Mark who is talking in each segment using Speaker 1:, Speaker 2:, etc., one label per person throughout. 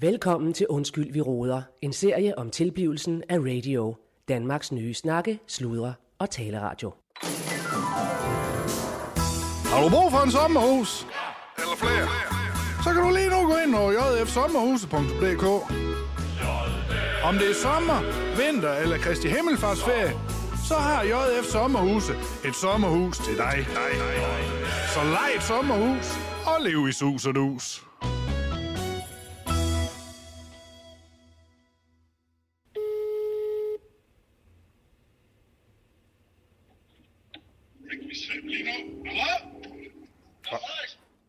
Speaker 1: Velkommen til Undskyld, vi råder. En serie om tilblivelsen af radio. Danmarks nye snakke, sludre og taleradio.
Speaker 2: Har du brug for en sommerhus? Eller flere? Så kan du lige nu gå ind på jfsommerhuse.dk Om det er sommer, vinter eller Kristi Himmelfarts ferie, så har JF Sommerhuse et sommerhus til dig. dig. Så lej et sommerhus og lev i sus og dus.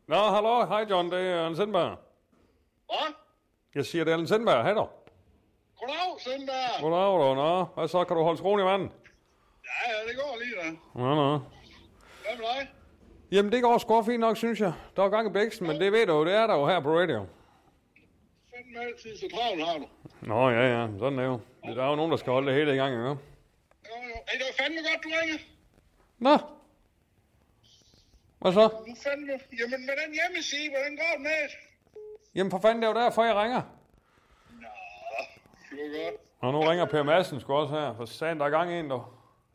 Speaker 3: Nå, hallo, hej John, det er Allen Sindberg.
Speaker 4: Hvad?
Speaker 3: Jeg siger, det er Allen Sindberg, hej dog.
Speaker 4: Goddag, Sindberg.
Speaker 3: Goddag, du. Nå, hvad så, kan du holde skruen i vandet?
Speaker 4: Ja, ja, det går lige da.
Speaker 3: Nå, nå.
Speaker 4: Hvad med dig?
Speaker 3: Jamen, det går sgu fint nok, synes jeg. Der er gang i bæksten, men det ved du jo, det er der jo her på radio.
Speaker 4: Fanden med altid så travlt har du.
Speaker 3: Nå, ja, ja, sådan er det jo. Der er jo nogen, der skal holde det hele i gang, ikke?
Speaker 4: Jo, jo. Ej, det var fandme godt, du ringer.
Speaker 3: Nå. Hvad så?
Speaker 4: Du fandme... Jamen, med den hjemmeside, hvordan går det med? det?
Speaker 3: Jamen, for fanden, det er jo derfor, jeg ringer.
Speaker 4: Det var godt.
Speaker 3: Og nu ringer Per Madsen sgu også her, for sagen der er gang i en, dog.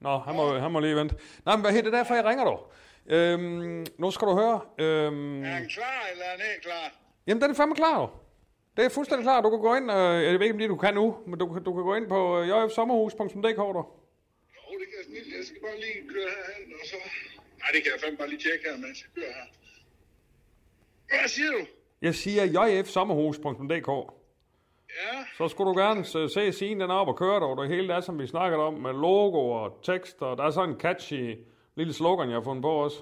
Speaker 3: Nå, han må, han må lige vente. Nej, men hvad hedder det derfor, jeg ringer, dog? Øhm, nu skal du høre. Øhm,
Speaker 4: Er han klar, eller er han ikke klar?
Speaker 3: Jamen, den er fandme klar, du. Det er fuldstændig klar. Du kan gå ind, øh, jeg ved ikke, om det du kan nu, men du, kan- du kan gå ind på øh, jfsommerhus.dk, du.
Speaker 4: Jo, det kan jeg snilt. Jeg skal bare lige køre herhen, og så... Nej, det kan jeg fandme bare lige tjekke her, mens jeg kører her. Hvad siger du?
Speaker 3: Jeg siger jfsommerhus.dk.
Speaker 4: Ja,
Speaker 3: Så skulle du gerne se, se siden den er oppe og køre, du. Det hele er, som vi snakkede om, med logo og tekst, og der er sådan en catchy lille slogan, jeg har fundet på også.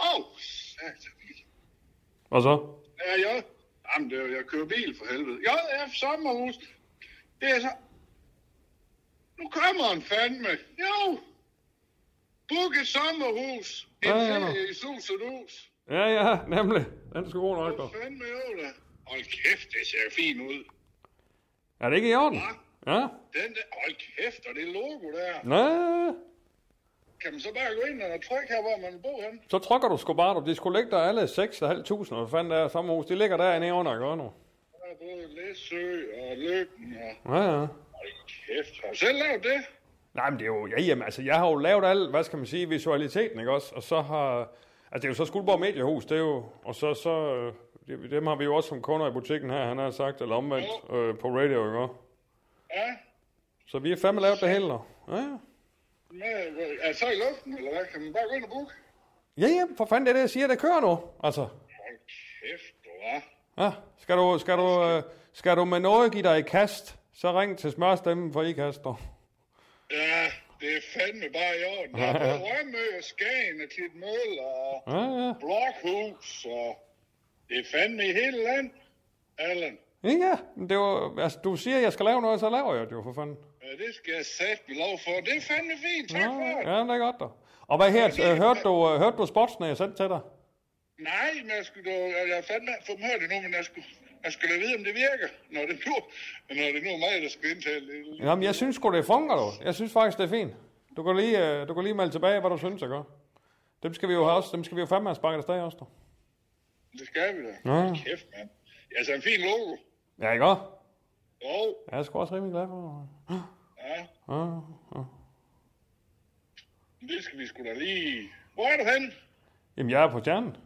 Speaker 4: åh, oh, satan.
Speaker 3: Og så?
Speaker 4: Ja, jeg... Jamen, det er, jo- jeg kører bil for helvede. JF Sommerhus. Det er så... Nu kommer han fandme. Jo. Book et sommerhus. En
Speaker 3: Ja,
Speaker 4: ja,
Speaker 3: ja,
Speaker 4: ja,
Speaker 3: nå.
Speaker 4: ferie i sus og dus.
Speaker 3: Ja, ja, nemlig. Den skal god nok, du.
Speaker 4: Fandme jo da. Hold kæft, det ser fint ud.
Speaker 3: Er det ikke i orden? Ja?
Speaker 4: Den der, hold kæft, og det logo der.
Speaker 3: Nå,
Speaker 4: Kan man så bare gå ind og trykke her, hvor man bor hen?
Speaker 3: så trykker du sgu bare, du. De skulle ligge der alle 6.500, og hvad fanden der er sommerhus. De ligger derinde under, gør nu.
Speaker 4: Der er både Læsø og Løkken og...
Speaker 3: Ja, ja.
Speaker 4: Hold kæft, har du selv lavet det?
Speaker 3: Nej, men det er jo, ja, jamen, altså, jeg har jo lavet alt, hvad skal man sige, visualiteten, ikke også? Og så har, altså, det er jo så Skuldborg Mediehus, det er jo, og så, så, øh, det- dem har vi jo også som kunder i butikken her, han har sagt, eller omvendt, øh, på radio, ikke også?
Speaker 4: Ja.
Speaker 3: Så vi har fandme lavet det hele, dog. ja, ja.
Speaker 4: Med, er det så i luften, eller hvad? Kan man bare gå ind og booke?
Speaker 3: Ja, ja, for fanden, det er det, jeg siger, det kører nu, altså.
Speaker 4: Hold kæft, du er.
Speaker 3: Ja, skal du, skal du, øh, skal du med noget give dig i kast, så ring til smørstemmen for I kaster.
Speaker 4: Ja, det er fandme bare i orden. Der er både Rømø og Skagen og Klitmøl og
Speaker 3: Ja, ja,
Speaker 4: Blokhus og... Det er fandme i hele landet, Allan.
Speaker 3: ja, ja, men det var, altså, du siger, jeg skal lave noget, så laver jeg det jo, for fanden.
Speaker 4: Ja, øh, det skal jeg sætte med lov for. Det er fandme fint. Tak
Speaker 3: Ja,
Speaker 4: for det.
Speaker 3: ja, det er godt, dog. Og hvad her, øh, hørte du, øh, hørte du sportsene, jeg sendte til dig?
Speaker 4: Nej, men jeg skulle dog... Jeg har fandme få dem hørt endnu, men jeg skulle... Jeg skal da vide, om det virker, når det nu, når det nu er mig, der skal indtale det.
Speaker 3: Jamen, jeg synes sgu, det fungerer, du. Jeg synes faktisk, det er fint. Du kan lige, øh, du kan lige melde tilbage, hvad du synes, jeg gør. Dem skal vi jo have også, dem skal vi jo fandme have sparket af stadig også, du.
Speaker 4: Det skal vi da.
Speaker 3: Ja.
Speaker 4: Hold Kæft, mand. Ja, så en fin logo.
Speaker 3: Ja, ikke også?
Speaker 4: Jo,
Speaker 3: Jeg er sgu også rimelig glad for.
Speaker 4: ja.
Speaker 3: Ja, ja.
Speaker 4: Det skal vi sgu da lige... Hvor er du henne?
Speaker 3: Jamen, jeg er på stjernen.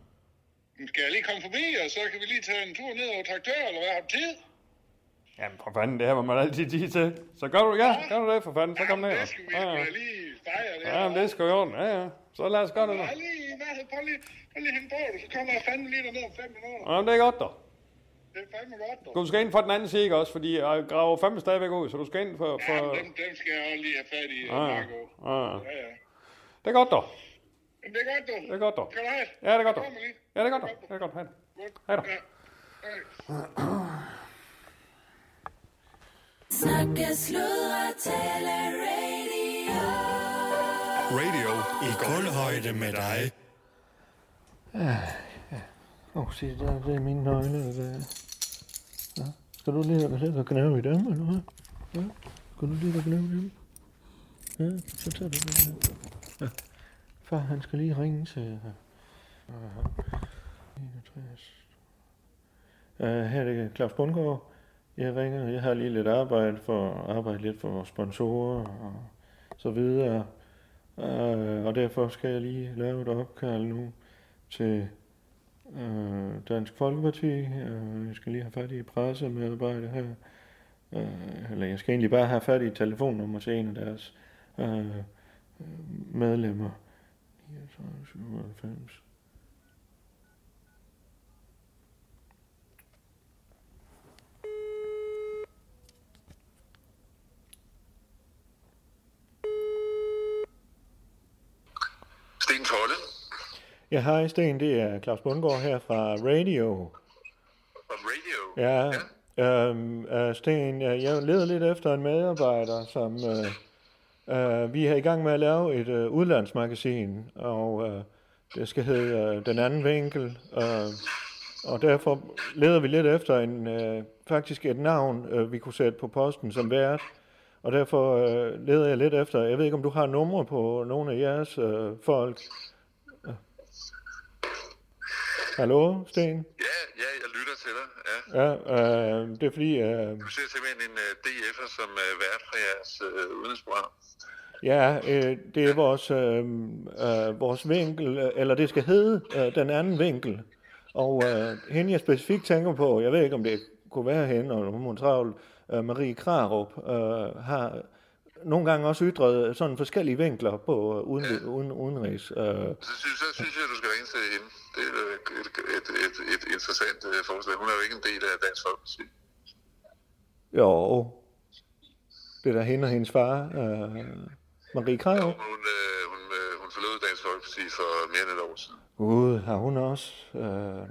Speaker 4: Skal jeg lige komme forbi, og så kan vi lige tage en tur ned over traktør, eller hvad har du tid?
Speaker 3: Jamen, for fanden, det her var man altid tid til. Så gør du, ja, gør du det, for fanden, så kom ned.
Speaker 4: Jamen, Det skal vi
Speaker 3: Ja,
Speaker 4: ja.
Speaker 3: ja.
Speaker 4: lige fejre det.
Speaker 3: Ja, men det er sgu i orden. Ja, ja. Så lad os gøre det nu.
Speaker 4: Ja, lige i nærheden. Prøv lige, prøv lige hende på det, så kommer jeg fandme lige derned om fem minutter.
Speaker 3: Ja, men det er godt, dog.
Speaker 4: Det er fandme godt, dog.
Speaker 3: Du skal ind for den anden side ikke også, fordi øh, jeg graver fandme stadigvæk ud, så du skal ind for...
Speaker 4: Ja,
Speaker 3: for...
Speaker 4: dem, dem skal jeg også lige have fat i,
Speaker 3: Ja,
Speaker 4: ja. Marco.
Speaker 3: ja. ja.
Speaker 4: Ja, ja.
Speaker 3: Det er godt, dog.
Speaker 4: Men det er godt, dog.
Speaker 3: Det er godt, dog.
Speaker 4: Kan du have?
Speaker 3: Ja, det er godt, dog.
Speaker 4: Kommer lige.
Speaker 3: Ja, det er godt, dog. Det er godt, hej.
Speaker 4: Godt.
Speaker 3: Hej, dog.
Speaker 4: Ja. Hej.
Speaker 5: Snakke, sludre, tale, radio.
Speaker 2: Radio i guldhøjde med dig.
Speaker 6: Åh, oh, se, der, det er mine nøgle. Det der. Ja. Skal du lige have så knæve i dem, eller hvad? Ja. Skal du lige have knæve i dem? Ja, så tager du det der. Ja. Far, han skal øh, lige ringe til... Uh, 61. Uh, her er det Claus Bundgaard. Jeg ringer, jeg har lige lidt arbejde for arbejde lidt for vores sponsorer og så videre. Uh, og derfor skal jeg lige lave et opkald nu til uh, Dansk Folkeparti. Uh, jeg skal lige have fat i pressemedarbejdere her. Uh, eller jeg skal egentlig bare have fat i et telefonnummer til en af deres uh, medlemmer. 39, 97.
Speaker 7: Sten Folde
Speaker 6: Ja, hej Sten, det er Claus Bundgaard her fra Radio.
Speaker 7: fra Radio.
Speaker 6: Ja, øhm, øh, Sten, øh, jeg leder lidt efter en medarbejder, som øh, øh, vi er i gang med at lave et øh, udlandsmagasin, og øh, det skal hedde øh, Den Anden Vinkel, øh, og derfor leder vi lidt efter en øh, faktisk et navn, øh, vi kunne sætte på posten som vært, og derfor øh, leder jeg lidt efter, jeg ved ikke om du har numre på nogle af jeres øh, folk. Øh. Hallo, Sten?
Speaker 7: Ja, ja, jeg lytter til dig. Ja.
Speaker 6: Ja, øh, det er fordi, øh,
Speaker 7: Du ser simpelthen en uh, DF'er som uh, vært for jeres uh, udenrigsprogram.
Speaker 6: ja, øh, det er vores, øh, øh, vores vinkel, øh, eller det skal hedde øh, den anden vinkel. Og øh, hende, jeg specifikt tænker på, jeg ved ikke, om det kunne være hende, og hun er travlt, øh, Marie Krarup, øh, har nogle gange også ytret sådan forskellige vinkler på øh, uden, uden, udenrigs. Øh,
Speaker 7: Så synes, så synes jeg, du skal ringe til hende. Det er øh, et, et, et, et interessant uh, forslag. Hun er jo ikke en del af Dansk Folkeparti.
Speaker 6: jo, det er da hende og hendes far, øh, Marie Krarup.
Speaker 7: Hun, uh, hun, uh, hun forlod Dansk Folkeparti for mere end et år siden.
Speaker 6: Gud, har hun også? Øh,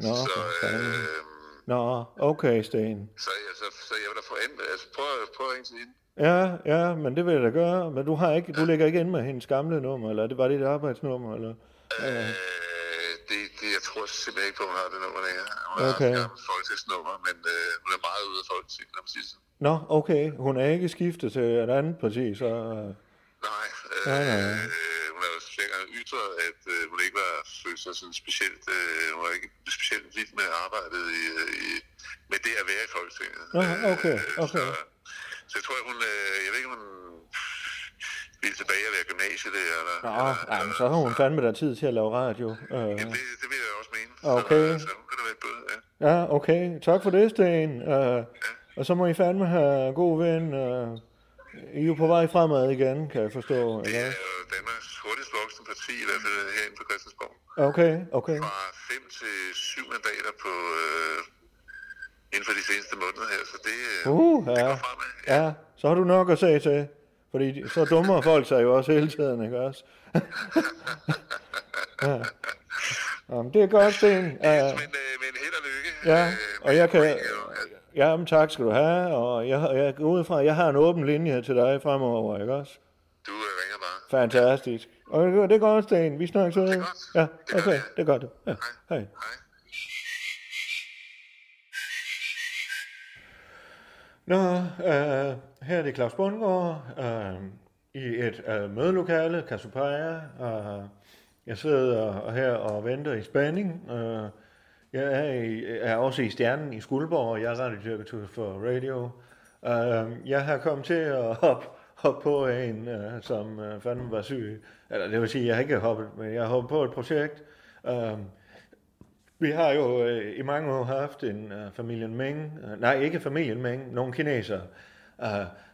Speaker 6: nå,
Speaker 7: Så,
Speaker 6: for fanden.
Speaker 7: øh,
Speaker 6: Nå, okay, Sten.
Speaker 7: så, ja, så, så jeg vil da få andet. Altså, prøv, at- prøv at ringe til hende.
Speaker 6: Ja, ja, men det vil jeg da gøre. Men du, har ikke, du ligger ikke inde med hendes gamle nummer, eller er det var det et arbejdsnummer? Eller?
Speaker 7: Øh, det, det, jeg tror simpelthen ikke på, at hun har det nummer længere. Hun har
Speaker 6: Okay.
Speaker 7: et gammelt folketingsnummer, men øh, hun er meget ude af folketinget om sidste.
Speaker 6: Nå, okay, hun er ikke skiftet til et andet parti, så... øh,
Speaker 7: Nej, øh,
Speaker 6: Nej, nej.
Speaker 7: øh, hun har jo flere gange ytret, at øh, hun ikke var følt sig sådan specielt, øh, hun var ikke specielt vild med arbejdet i, øh, i, med det at være i Folketinget.
Speaker 6: Nå, okay,
Speaker 7: Øh,
Speaker 6: okay.
Speaker 7: Så, så jeg tror, hun, øh, jeg ved ikke, om hun ville tilbage at være gymnasielærer. Eller,
Speaker 6: Nå,
Speaker 7: eller,
Speaker 6: ej, men så har hun fandme da tid til at lave radio. Øh,
Speaker 7: Jamen, det, det vil jeg også mene.
Speaker 6: Okay.
Speaker 7: Så, så hun kan da være et bøde, ja.
Speaker 6: ja, okay, tak for det, Sten. Øh, og så må I fandme have god ven. Øh, I er jo på vej fremad igen, kan jeg forstå.
Speaker 7: Det
Speaker 6: Eller?
Speaker 7: er jo Danmarks hurtigst voksende parti, i hvert fald herinde på Christiansborg.
Speaker 6: Okay, okay.
Speaker 7: fra 5 til 7 mandater på, øh, inden for de seneste måneder her, så det, øh,
Speaker 6: Uh,
Speaker 7: det går
Speaker 6: ja.
Speaker 7: fremad.
Speaker 6: Ja, så har du nok at sige til. Fordi de- så dummer folk sig jo også hele tiden, ikke også? ja. Jamen, det er godt, Sten. Ja,
Speaker 7: Men, øh, men held og lykke.
Speaker 6: ja,
Speaker 7: øh,
Speaker 6: og jeg kan...
Speaker 7: Radio, altså,
Speaker 6: Ja, men tak skal du have, og jeg, jeg går ud fra, at jeg har en åben linje til dig fremover, ikke også?
Speaker 7: Du øh, ringer bare.
Speaker 6: Fantastisk. Og det, det er godt, Sten. Vi snakkes ud.
Speaker 7: godt.
Speaker 6: Ja,
Speaker 7: Det gør
Speaker 6: okay,
Speaker 7: vi.
Speaker 6: det gør det. Ja, hej.
Speaker 7: Hej.
Speaker 6: Nå, øh, her er det Claus Bundgaard øh, i et øh, mødelokale, Casupaya. Øh, jeg sidder her og venter i spænding. Øh, jeg er, i, er også i Stjernen i Skuldborg, og jeg er radiodirektør for radio. Øh, jeg har kommet til at hoppe, hoppe på en, øh, som øh, fandme var syg. Eller det vil sige, jeg har ikke hoppet, men jeg har hoppet på et projekt. Øh, vi har jo øh, i mange år haft en øh, familien Meng, øh, nej ikke familien Meng, nogle kinesere. Øh,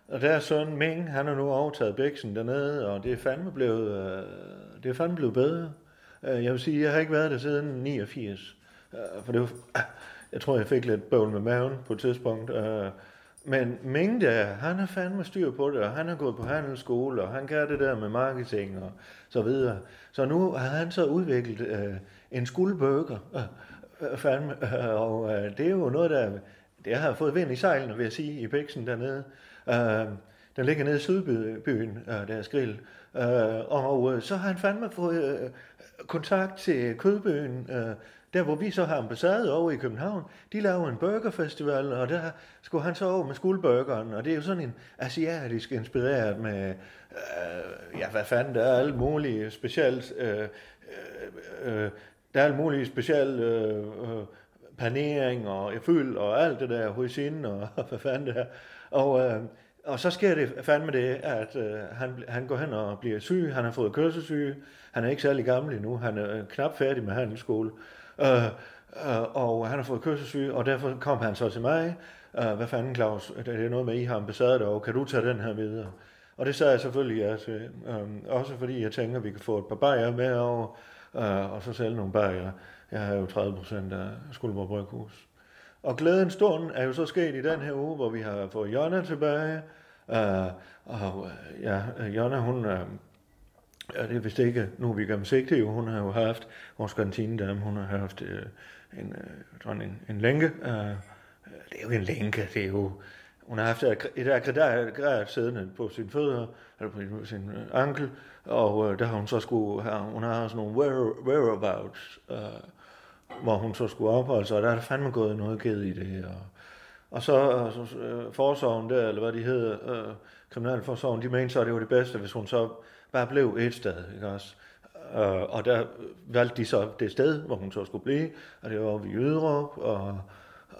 Speaker 6: og deres søn Meng, han har nu overtaget bæksen dernede, og det er fandme blevet, øh, det er fandme blevet bedre. Øh, jeg vil sige, jeg har ikke været der siden 89. Øh, for det var, ah, jeg tror, jeg fik lidt bøvl med maven på et tidspunkt. Øh, men Meng der, han har fandme styr på det, og han har gået på handelsskole, og han kan det der med marketing og så videre. Så nu har han så udviklet øh, en skuldbøger, øh, øh, fandme, øh, og øh, det er jo noget, der det har fået vind i sejlene, vil jeg sige, i bæksen dernede. Øh, den ligger nede i Sydbyen, øh, deres grill. Øh, og øh, så har han fandme fået øh, kontakt til Kødbyen, øh, der hvor vi så har ambassade over i København, de laver en burgerfestival, og der skulle han så over med skuldburgeren, og det er jo sådan en asiatisk inspireret med, øh, ja hvad fanden, der er alt muligt specielt, øh, øh, øh, der er alt muligt specielt øh, øh, panering og føl og alt det der hos hende og hvad fanden det er. Og, øh, og så sker det fandme det, at øh, han, bl- han går hen og bliver syg, han har fået kørselssyge, han er ikke særlig gammel endnu, han er øh, knap færdig med handelsskole. Øh, øh, og han har fået kørselssyge, og derfor kom han så til mig. Øh, hvad fanden, Claus, det er noget med, I har ambassade derovre, kan du tage den her videre? Og det sagde jeg selvfølgelig ja til. Øhm, også fordi jeg tænker, at vi kan få et par bajer med over, øh, og så sælge nogle bajer. Jeg har jo 30 procent af Skuldborg Bryghus. Og glæden stund er jo så sket i den her uge, hvor vi har fået Jonna tilbage. Øh, og øh, ja, øh, Jonna, hun... Øh, Ja, det er vist ikke, nu er vi gennemsigtige, hun har jo haft, vores kantinedame, hun har haft øh, en, øh, sådan en, en lænke. Øh, det er jo ikke en lænke, det er jo, hun har haft et et aggregat siddende på sin fødder, eller på sin- sin øh, ankel, og øh, der har hun så skulle have, hun har sådan nogle where, whereabouts, øh, hvor hun så skulle opholde sig, og der er der fandme gået noget ged i det her. Og så, øh, så øh, forsorgen der, eller hvad de hedder, øh, kriminalforsorgen, de mente så, at det var det bedste, hvis hun så bare blev et sted, ikke også? Øh, og der valgte de så det sted, hvor hun så skulle blive, og det var oppe i Jyderup, og øh,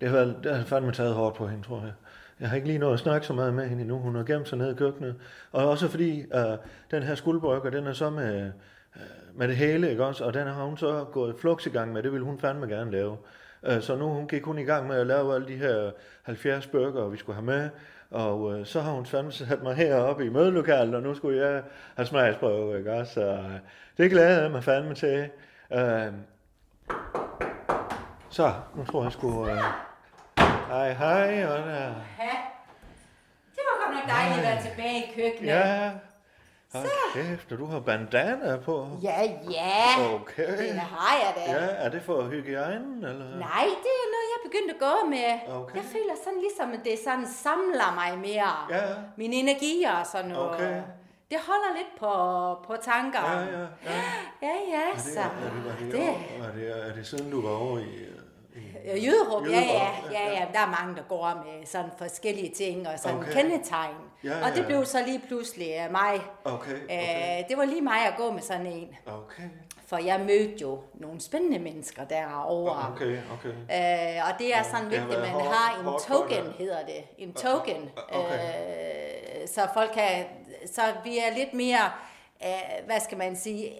Speaker 6: det har, været, det har fandme taget hårdt på hende, tror jeg. Jeg har ikke lige nået at snakke så meget med hende endnu. Hun har gemt sig ned i køkkenet. Og også fordi øh, den her skuldbrygger, den er så med, øh, med det hele, ikke også? Og den har hun så gået flux i gang med. Det vil hun fandme gerne lave. Øh, så nu hun gik hun i gang med at lave alle de her 70 bøger, vi skulle have med. Og øh, så har hun fandme sat mig heroppe i mødelokalet, og nu skulle jeg have smagsprøve, ikke også? Så øh, det glæder jeg mig fandme til. Øh, så, nu tror jeg sgu... Øh, hej, hej, og øh, der.
Speaker 5: Ja. Det var godt nok dejligt at være tilbage i køkkenet.
Speaker 6: Ja. Hold kæft, og du har bandana på.
Speaker 5: ja. ja.
Speaker 6: Okay.
Speaker 5: Det har jeg da.
Speaker 6: Ja, er det for hygiejnen, eller?
Speaker 5: Nej, det er noget, jeg er begyndt at gå med.
Speaker 6: Okay.
Speaker 5: Jeg føler sådan ligesom, at det sådan samler mig mere.
Speaker 6: Ja.
Speaker 5: Min energi og sådan noget.
Speaker 6: Okay.
Speaker 5: Det holder lidt på, på tanker.
Speaker 6: Ja, ja, ja.
Speaker 5: ja, ja
Speaker 6: Er det,
Speaker 5: så.
Speaker 6: er, det, er, det,
Speaker 5: det,
Speaker 6: over- er, det, er det siden, du var over i... øh, i-
Speaker 5: Øh, Jyderup, ja, ja,
Speaker 6: Jyderup,
Speaker 5: ja, ja. Der er mange, der går med sådan forskellige ting og sådan
Speaker 6: Okay.
Speaker 5: okay. kendetegn.
Speaker 6: Ja, ja,
Speaker 5: og det
Speaker 6: ja.
Speaker 5: blev så lige pludselig øh, mig.
Speaker 6: Okay, okay.
Speaker 5: Øh, det var lige mig at gå med sådan en.
Speaker 6: Okay,
Speaker 5: For jeg mødte jo nogle spændende mennesker derovre.
Speaker 6: Ah, okay, okay.
Speaker 5: Øh, og det er sådan
Speaker 6: det har
Speaker 5: vigtigt, at
Speaker 6: været
Speaker 5: man
Speaker 6: hårdt-
Speaker 5: har en
Speaker 6: hårdt for
Speaker 5: token,
Speaker 6: dig. Ah,
Speaker 5: hedder det. En token.
Speaker 6: Okay.
Speaker 5: Øh, så folk kan, så vi er lidt mere, øh, hvad skal man sige,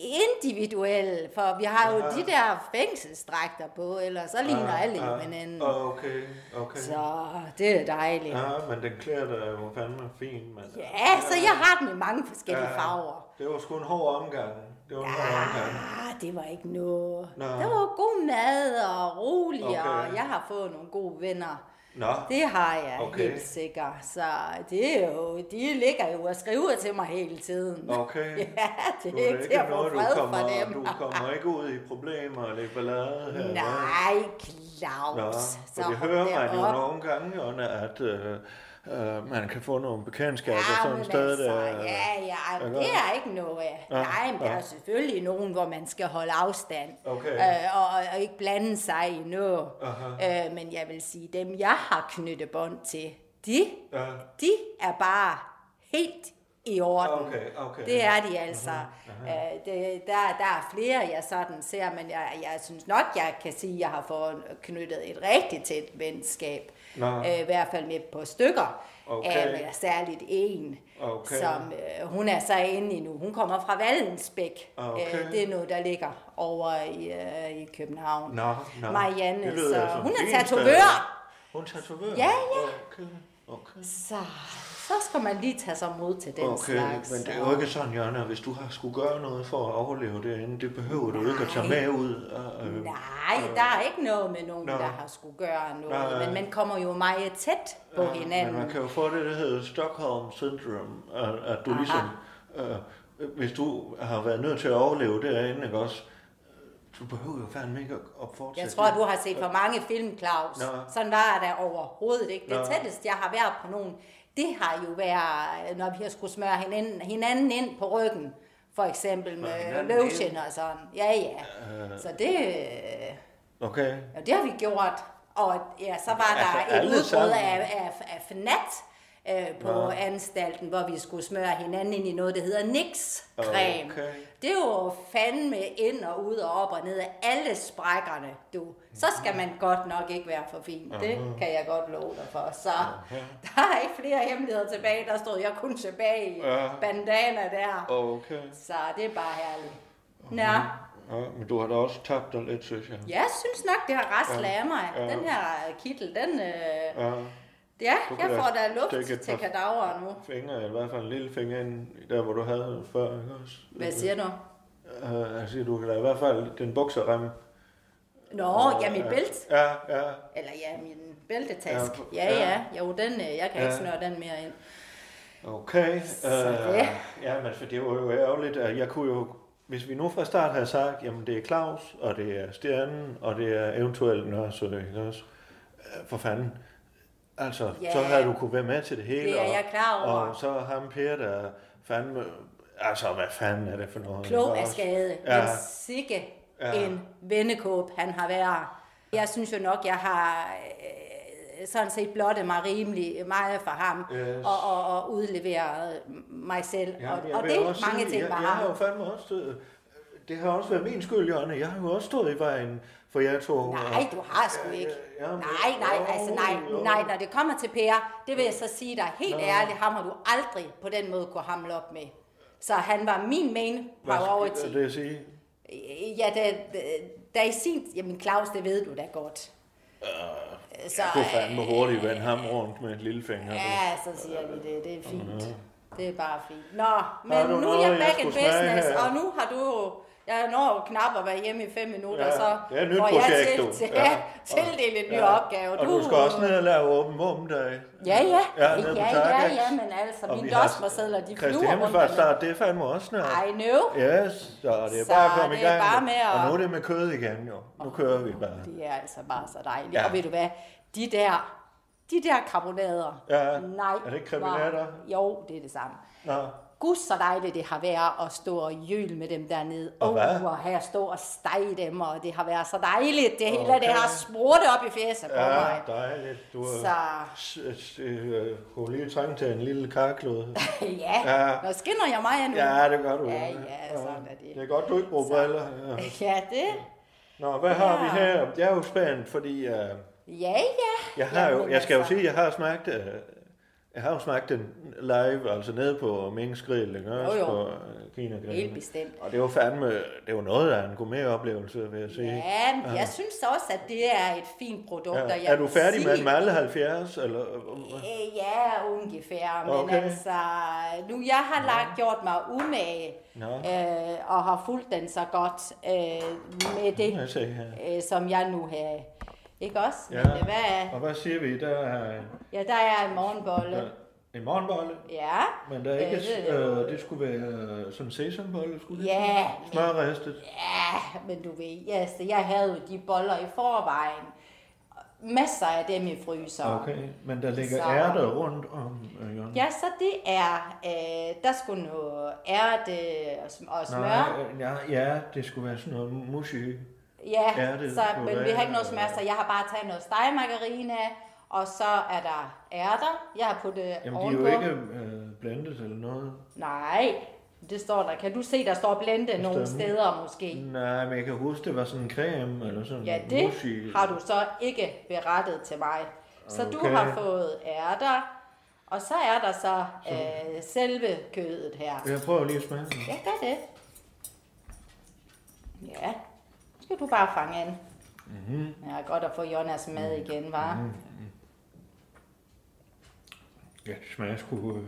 Speaker 5: individuelle. For vi har jo
Speaker 6: Aha.
Speaker 5: de der fængselsdragter på, ellers så ligner alle jo
Speaker 6: Ah, ah,
Speaker 5: hinanden.
Speaker 6: Okay, Ah.
Speaker 5: øh,
Speaker 6: okay.
Speaker 5: Så det er dejligt.
Speaker 6: Ja, men den klæder dig jo fandme fint, men...
Speaker 5: Ja, så jeg har den i mange forskellige
Speaker 6: Ja.
Speaker 5: farver.
Speaker 6: Det var sgu en hård omgang. Det var en hård omgang.
Speaker 5: Ah, det var ikke noget.
Speaker 6: Nå.
Speaker 5: Nå. Der var god mad og rolig, okay.
Speaker 6: Okay.
Speaker 5: og jeg har fået nogle gode venner.
Speaker 6: Nå,
Speaker 5: Det har jeg
Speaker 6: Okay.
Speaker 5: okay. helt sikkert. Så det er jo, de ligger jo og skriver til mig hele tiden.
Speaker 6: okay.
Speaker 5: Ja, det
Speaker 6: Nu er
Speaker 5: er ikke til at få
Speaker 6: noget, du
Speaker 5: fred
Speaker 6: kommer,
Speaker 5: for dem.
Speaker 6: du kommer ikke ud i problemer eller i ballade her. vel?
Speaker 5: Nej, Claus.
Speaker 6: Nå,
Speaker 5: så
Speaker 6: for det
Speaker 5: hold
Speaker 6: hører
Speaker 5: da
Speaker 6: man jo
Speaker 5: op.
Speaker 6: nogle gange, Jonna, at øh, øh, man kan få nogle bekendtskaber
Speaker 5: Ja,
Speaker 6: sådan
Speaker 5: men
Speaker 6: et sted.
Speaker 5: altså,
Speaker 6: der,
Speaker 5: ja, ja,
Speaker 6: Ikke
Speaker 5: det
Speaker 6: også?
Speaker 5: er ikke noget af.
Speaker 6: Ja,
Speaker 5: Nej, men der
Speaker 6: ja.
Speaker 5: er jo selvfølgelig nogen, hvor man skal holde afstand
Speaker 6: Okay.
Speaker 5: øh, og, og- og ikke blande sig i noget.
Speaker 6: Aha.
Speaker 5: Øh, men jeg vil sige, dem jeg har knyttet bånd til, de,
Speaker 6: Ja.
Speaker 5: de er bare helt i orden.
Speaker 6: Okay, okay.
Speaker 5: Det er de altså. Øh, det, der, der er flere, jeg sådan ser, men jeg, jeg synes nok, jeg kan sige, at jeg har fået knyttet et rigtig tæt venskab.
Speaker 6: Nå.
Speaker 5: Øh, I hvert fald med på stykker.
Speaker 6: Okay.
Speaker 5: Øh, men der er særligt en,
Speaker 6: Okay.
Speaker 5: som øh, hun er så inde i nu. Hun kommer fra Vallensbæk.
Speaker 6: Okay.
Speaker 5: Øh, det er noget, der ligger over i, øh, i København.
Speaker 6: Nå, nå.
Speaker 5: Marianne,
Speaker 6: Det lyder
Speaker 5: så
Speaker 6: som
Speaker 5: hun
Speaker 6: fint
Speaker 5: er
Speaker 6: sted.
Speaker 5: tatovør.
Speaker 6: Hun er tatovør?
Speaker 5: Ja, ja.
Speaker 6: Okay, okay.
Speaker 5: Så, så skal man lige tage sig mod til den
Speaker 6: Okay,
Speaker 5: slags.
Speaker 6: men det er
Speaker 5: og-
Speaker 6: jo ikke sådan, Jonna, hvis du har skulle gøre noget for at overleve derinde, det behøver du ikke at tage
Speaker 5: Nej.
Speaker 6: med ud. og, Øh,
Speaker 5: Nej, der er ikke noget med nogen,
Speaker 6: Nå.
Speaker 5: der har skulle gøre noget,
Speaker 6: Nej.
Speaker 5: men man kommer jo meget tæt på
Speaker 6: Ja,
Speaker 5: hinanden.
Speaker 6: Men man kan jo få det, der hedder Stockholm Syndrome, at, at du Aha. ligesom, øh, hvis du har været nødt til at overleve derinde, ikke også, du behøver jo fandme ikke at at fortsætte.
Speaker 5: Jeg tror, du har set for mange film, Claus.
Speaker 6: Nå.
Speaker 5: Sådan var der overhovedet ikke.
Speaker 6: Nå.
Speaker 5: Det tætteste, jeg har været på nogen, det har jo været, når vi har skulle smøre hinanden, hinanden ind på ryggen. For eksempel med
Speaker 6: hinanden
Speaker 5: lotion
Speaker 6: ind? Øh.
Speaker 5: og sådan. Ja, ja. Så det,
Speaker 6: Okay.
Speaker 5: ja, det har vi gjort. Og ja, så var
Speaker 6: Altså,
Speaker 5: der et
Speaker 6: alle
Speaker 5: udbrud
Speaker 6: sammen?
Speaker 5: af, af, af FNAT, øh, på ja. anstalten, hvor vi skulle smøre hinanden ind i noget, der hedder Nix-creme.
Speaker 6: Okay.
Speaker 5: Det var fandme ind og ud og op og ned af alle sprækkerne, du. Så skal man godt nok ikke være for fin. Det kan jeg godt love dig for. Så der er ikke flere hemmeligheder tilbage. Der stod jeg kun tilbage i
Speaker 6: Ja.
Speaker 5: bandana der.
Speaker 6: Okay.
Speaker 5: Så det er bare herligt. Nå,
Speaker 6: Ja, men du har da også tabt dig lidt, synes jeg.
Speaker 5: jeg synes nok, det har raslet af mig. Den her kittel, den... Øh,
Speaker 6: Ja.
Speaker 5: ja,
Speaker 6: Du kan
Speaker 5: jeg
Speaker 6: da
Speaker 5: får da
Speaker 6: stikke
Speaker 5: luft
Speaker 6: et
Speaker 5: til
Speaker 6: par-
Speaker 5: kadaver nu.
Speaker 6: Finger, i hvert fald en lille finger ind, der hvor du havde den før, ikke også?
Speaker 5: Hvad siger du?
Speaker 6: Uh, altså, du kan da i hvert fald den bukserem.
Speaker 5: Nå, ja, mit bælte.
Speaker 6: Ja, ja.
Speaker 5: Eller ja, min bæltetask.
Speaker 6: Ja,
Speaker 5: Ja,
Speaker 6: ja.
Speaker 5: ja. Jo, den, øh, jeg kan ikke
Speaker 6: Ja.
Speaker 5: snøre den mere ind.
Speaker 6: Okay. Øh,
Speaker 5: det.
Speaker 6: ja, men for det var jo ærgerligt. at Jeg kunne jo, hvis vi nu fra start havde sagt, jamen det er Claus, og det er Stjernen, og det er eventuelt Nørresø, ikke også? Øh, For fanden. Altså,
Speaker 5: Ja.
Speaker 6: så havde du kunne være med til det hele.
Speaker 5: Det er
Speaker 6: og,
Speaker 5: jeg klar over.
Speaker 6: Og så ham Per, der fandme... Altså, hvad fanden er det for noget?
Speaker 5: Klog
Speaker 6: ikke
Speaker 5: af
Speaker 6: også?
Speaker 5: skade,
Speaker 6: Ja.
Speaker 5: ja. men sikke
Speaker 6: Ja.
Speaker 5: ja. en vendekåb han har været. Jeg synes jo nok, jeg har øh, sådan set blottet mig rimelig meget for ham,
Speaker 6: Yes.
Speaker 5: og, og, og udleveret mig selv.
Speaker 6: Ja,
Speaker 5: og,
Speaker 6: men jeg
Speaker 5: og
Speaker 6: vil
Speaker 5: det er
Speaker 6: også
Speaker 5: mange
Speaker 6: sige,
Speaker 5: ting
Speaker 6: jeg,
Speaker 5: med
Speaker 6: jeg har jo
Speaker 5: ham.
Speaker 6: fandme også stået, det har også været min skyld, Jørgen. Jeg har jo også stået i vejen for jer to.
Speaker 5: Nej, du har sgu
Speaker 6: Ja,
Speaker 5: ikke.
Speaker 6: ja, ja, men-
Speaker 5: Nej, nej,
Speaker 6: Jo,
Speaker 5: altså nej,
Speaker 6: jo.
Speaker 5: nej, når det kommer til Per, det vil jeg så sige dig helt ærligt, ham har du aldrig på den måde kunne hamle op med. Så han var min main
Speaker 6: Hvad
Speaker 5: priority.
Speaker 6: skal det sige?
Speaker 5: Ja, da, da, da i sin... Jamen Claus, det ved du da godt. Øh, så,
Speaker 6: Jeg kunne fandme hurtigt vende ham rundt med en lille finger.
Speaker 5: Ja, så siger vi det. Det er fint. Det er bare fint. Nå, men
Speaker 6: du
Speaker 5: nu
Speaker 6: noget,
Speaker 5: er jeg
Speaker 6: jeg
Speaker 5: back in
Speaker 6: skulle smage
Speaker 5: business,
Speaker 6: her?
Speaker 5: og nu har du jo... Jeg når jo knap at være hjemme i fem minutter,
Speaker 6: Ja,
Speaker 5: så
Speaker 6: det er et nyt
Speaker 5: får
Speaker 6: projekt,
Speaker 5: jeg
Speaker 6: du.
Speaker 5: til, til,
Speaker 6: Ja.
Speaker 5: ja. tildelt en ny opgave.
Speaker 6: Og du skal også ned og lave åben mumdag.
Speaker 5: Ja, ja.
Speaker 6: Ja,
Speaker 5: Ja,
Speaker 6: ned på
Speaker 5: ja, ja,
Speaker 6: Target.
Speaker 5: ja, men altså,
Speaker 6: Og vi
Speaker 5: mine
Speaker 6: har-
Speaker 5: dosmersedler, de
Speaker 6: Kristi
Speaker 5: flyver rundt.
Speaker 6: Himmelfart
Speaker 5: dernede.
Speaker 6: start, det er fandme også snart.
Speaker 5: I know.
Speaker 6: Yes, så det er
Speaker 5: Så
Speaker 6: bare at komme i
Speaker 5: det er
Speaker 6: gang.
Speaker 5: bare
Speaker 6: jo.
Speaker 5: med at-
Speaker 6: Og nu er det med kød igen, jo. Nu kører vi bare.
Speaker 5: Det er altså bare så dejligt.
Speaker 6: Ja.
Speaker 5: Ja. Og ved du hvad, de der, de der karbonader,
Speaker 6: Ja.
Speaker 5: nej.
Speaker 6: Er det ikke kreminater?
Speaker 5: hvor- Jo, det er det samme.
Speaker 6: Nå,
Speaker 5: Gud så dejligt det har været at stå og jøl med dem dernede.
Speaker 6: Og hvad?
Speaker 5: Oh, og her stå og stege dem, og det har været så dejligt. Det hele
Speaker 6: Okay.
Speaker 5: det har smurt op i fjeset på
Speaker 6: ja,
Speaker 5: mig.
Speaker 6: dejligt. Du
Speaker 5: Så
Speaker 6: s- s- øh, kunne lige trænge til en lille karklod.
Speaker 5: ja,
Speaker 6: Ja.
Speaker 5: ja. nå skinner jeg mig nu.
Speaker 6: Ja, det gør du.
Speaker 5: Ja, ja, sådan er det.
Speaker 6: Det er godt, du ikke bruger briller. Ja.
Speaker 5: Ja, det.
Speaker 6: Nå, hvad har vi
Speaker 5: Ja.
Speaker 6: her? Jeg er jo spændt, fordi øh,
Speaker 5: Ja, ja.
Speaker 6: jeg har jo,
Speaker 5: Jamen,
Speaker 6: jeg skal jo
Speaker 5: altså.
Speaker 6: sige, jeg har smagt, øh, jeg har jo smagt den live, altså nede på Mings Grill, ikke
Speaker 5: Jo,
Speaker 6: også?
Speaker 5: jo.
Speaker 6: På øh, Kina
Speaker 5: Helt
Speaker 6: Grill.
Speaker 5: bestemt.
Speaker 6: Og det var fandme, det var noget af en gourmetoplevelse, vil jeg sige.
Speaker 5: Ja, men jeg synes også, at det er et fint produkt. og jeg
Speaker 6: Er du
Speaker 5: vil
Speaker 6: færdig med
Speaker 5: sige-
Speaker 6: dem alle 70, eller? øh,
Speaker 5: Øh, Ja, ungefær, men
Speaker 6: Okay.
Speaker 5: okay. altså, nu jeg har lagt gjort mig umage,
Speaker 6: Nå.
Speaker 5: øh, og har fulgt den så godt øh, med
Speaker 6: Lad
Speaker 5: det,
Speaker 6: os se her.
Speaker 5: øh, som jeg nu har. Ikke også?
Speaker 6: Ja.
Speaker 5: Men, øh, hvad er?
Speaker 6: Og hvad siger vi? Der er en-
Speaker 5: Ja, der er en morgenbolle.
Speaker 6: en morgenbolle,
Speaker 5: Ja.
Speaker 6: men der er ikke,
Speaker 5: Øh, det er jo-
Speaker 6: øh, det skulle være øh, sådan en sesambolle, skulle det?
Speaker 5: Ja,
Speaker 6: Smørrestet.
Speaker 5: ja, men du ved, yes, jeg havde jo de boller i forvejen. Masser af dem i fryseren.
Speaker 6: Okay, men der ligger
Speaker 5: Så-
Speaker 6: ærter rundt om øh, Jørgen.
Speaker 5: Ja, så det er, øh, der skulle noget ærte og sm- og smør.
Speaker 6: Nej, øh, ja, ja, det skulle være sådan noget mushy.
Speaker 5: Ja,
Speaker 6: Er det øh,
Speaker 5: så,
Speaker 6: på
Speaker 5: men vi
Speaker 6: hvad,
Speaker 5: har ikke noget
Speaker 6: eller?
Speaker 5: smør, så jeg har bare taget noget stegemargarine, og så er der ærter, jeg har puttet
Speaker 6: Jamen, de er
Speaker 5: ovenpå.
Speaker 6: jo ikke øh, blandet eller noget.
Speaker 5: Nej, det står der. Kan du se, der står blende nogle
Speaker 6: Stemmer.
Speaker 5: steder måske?
Speaker 6: Nej, men jeg kan huske, det var sådan en creme eller sådan
Speaker 5: Ja, det
Speaker 6: mushy.
Speaker 5: har du så ikke berettet til mig. Så okay. du
Speaker 6: Okay.
Speaker 5: har fået ærter, og så er der så øh, selve kødet her.
Speaker 6: Jeg prøver lige at smage den.
Speaker 5: Ja, gør det. Ja, nu skal du bare fange an.
Speaker 6: Mhm.
Speaker 5: Mm-hmm. Ja, godt at få Jonas med
Speaker 6: Mm.
Speaker 5: igen, var. Mm-hmm.
Speaker 6: Ja, det smager sgu... Øh...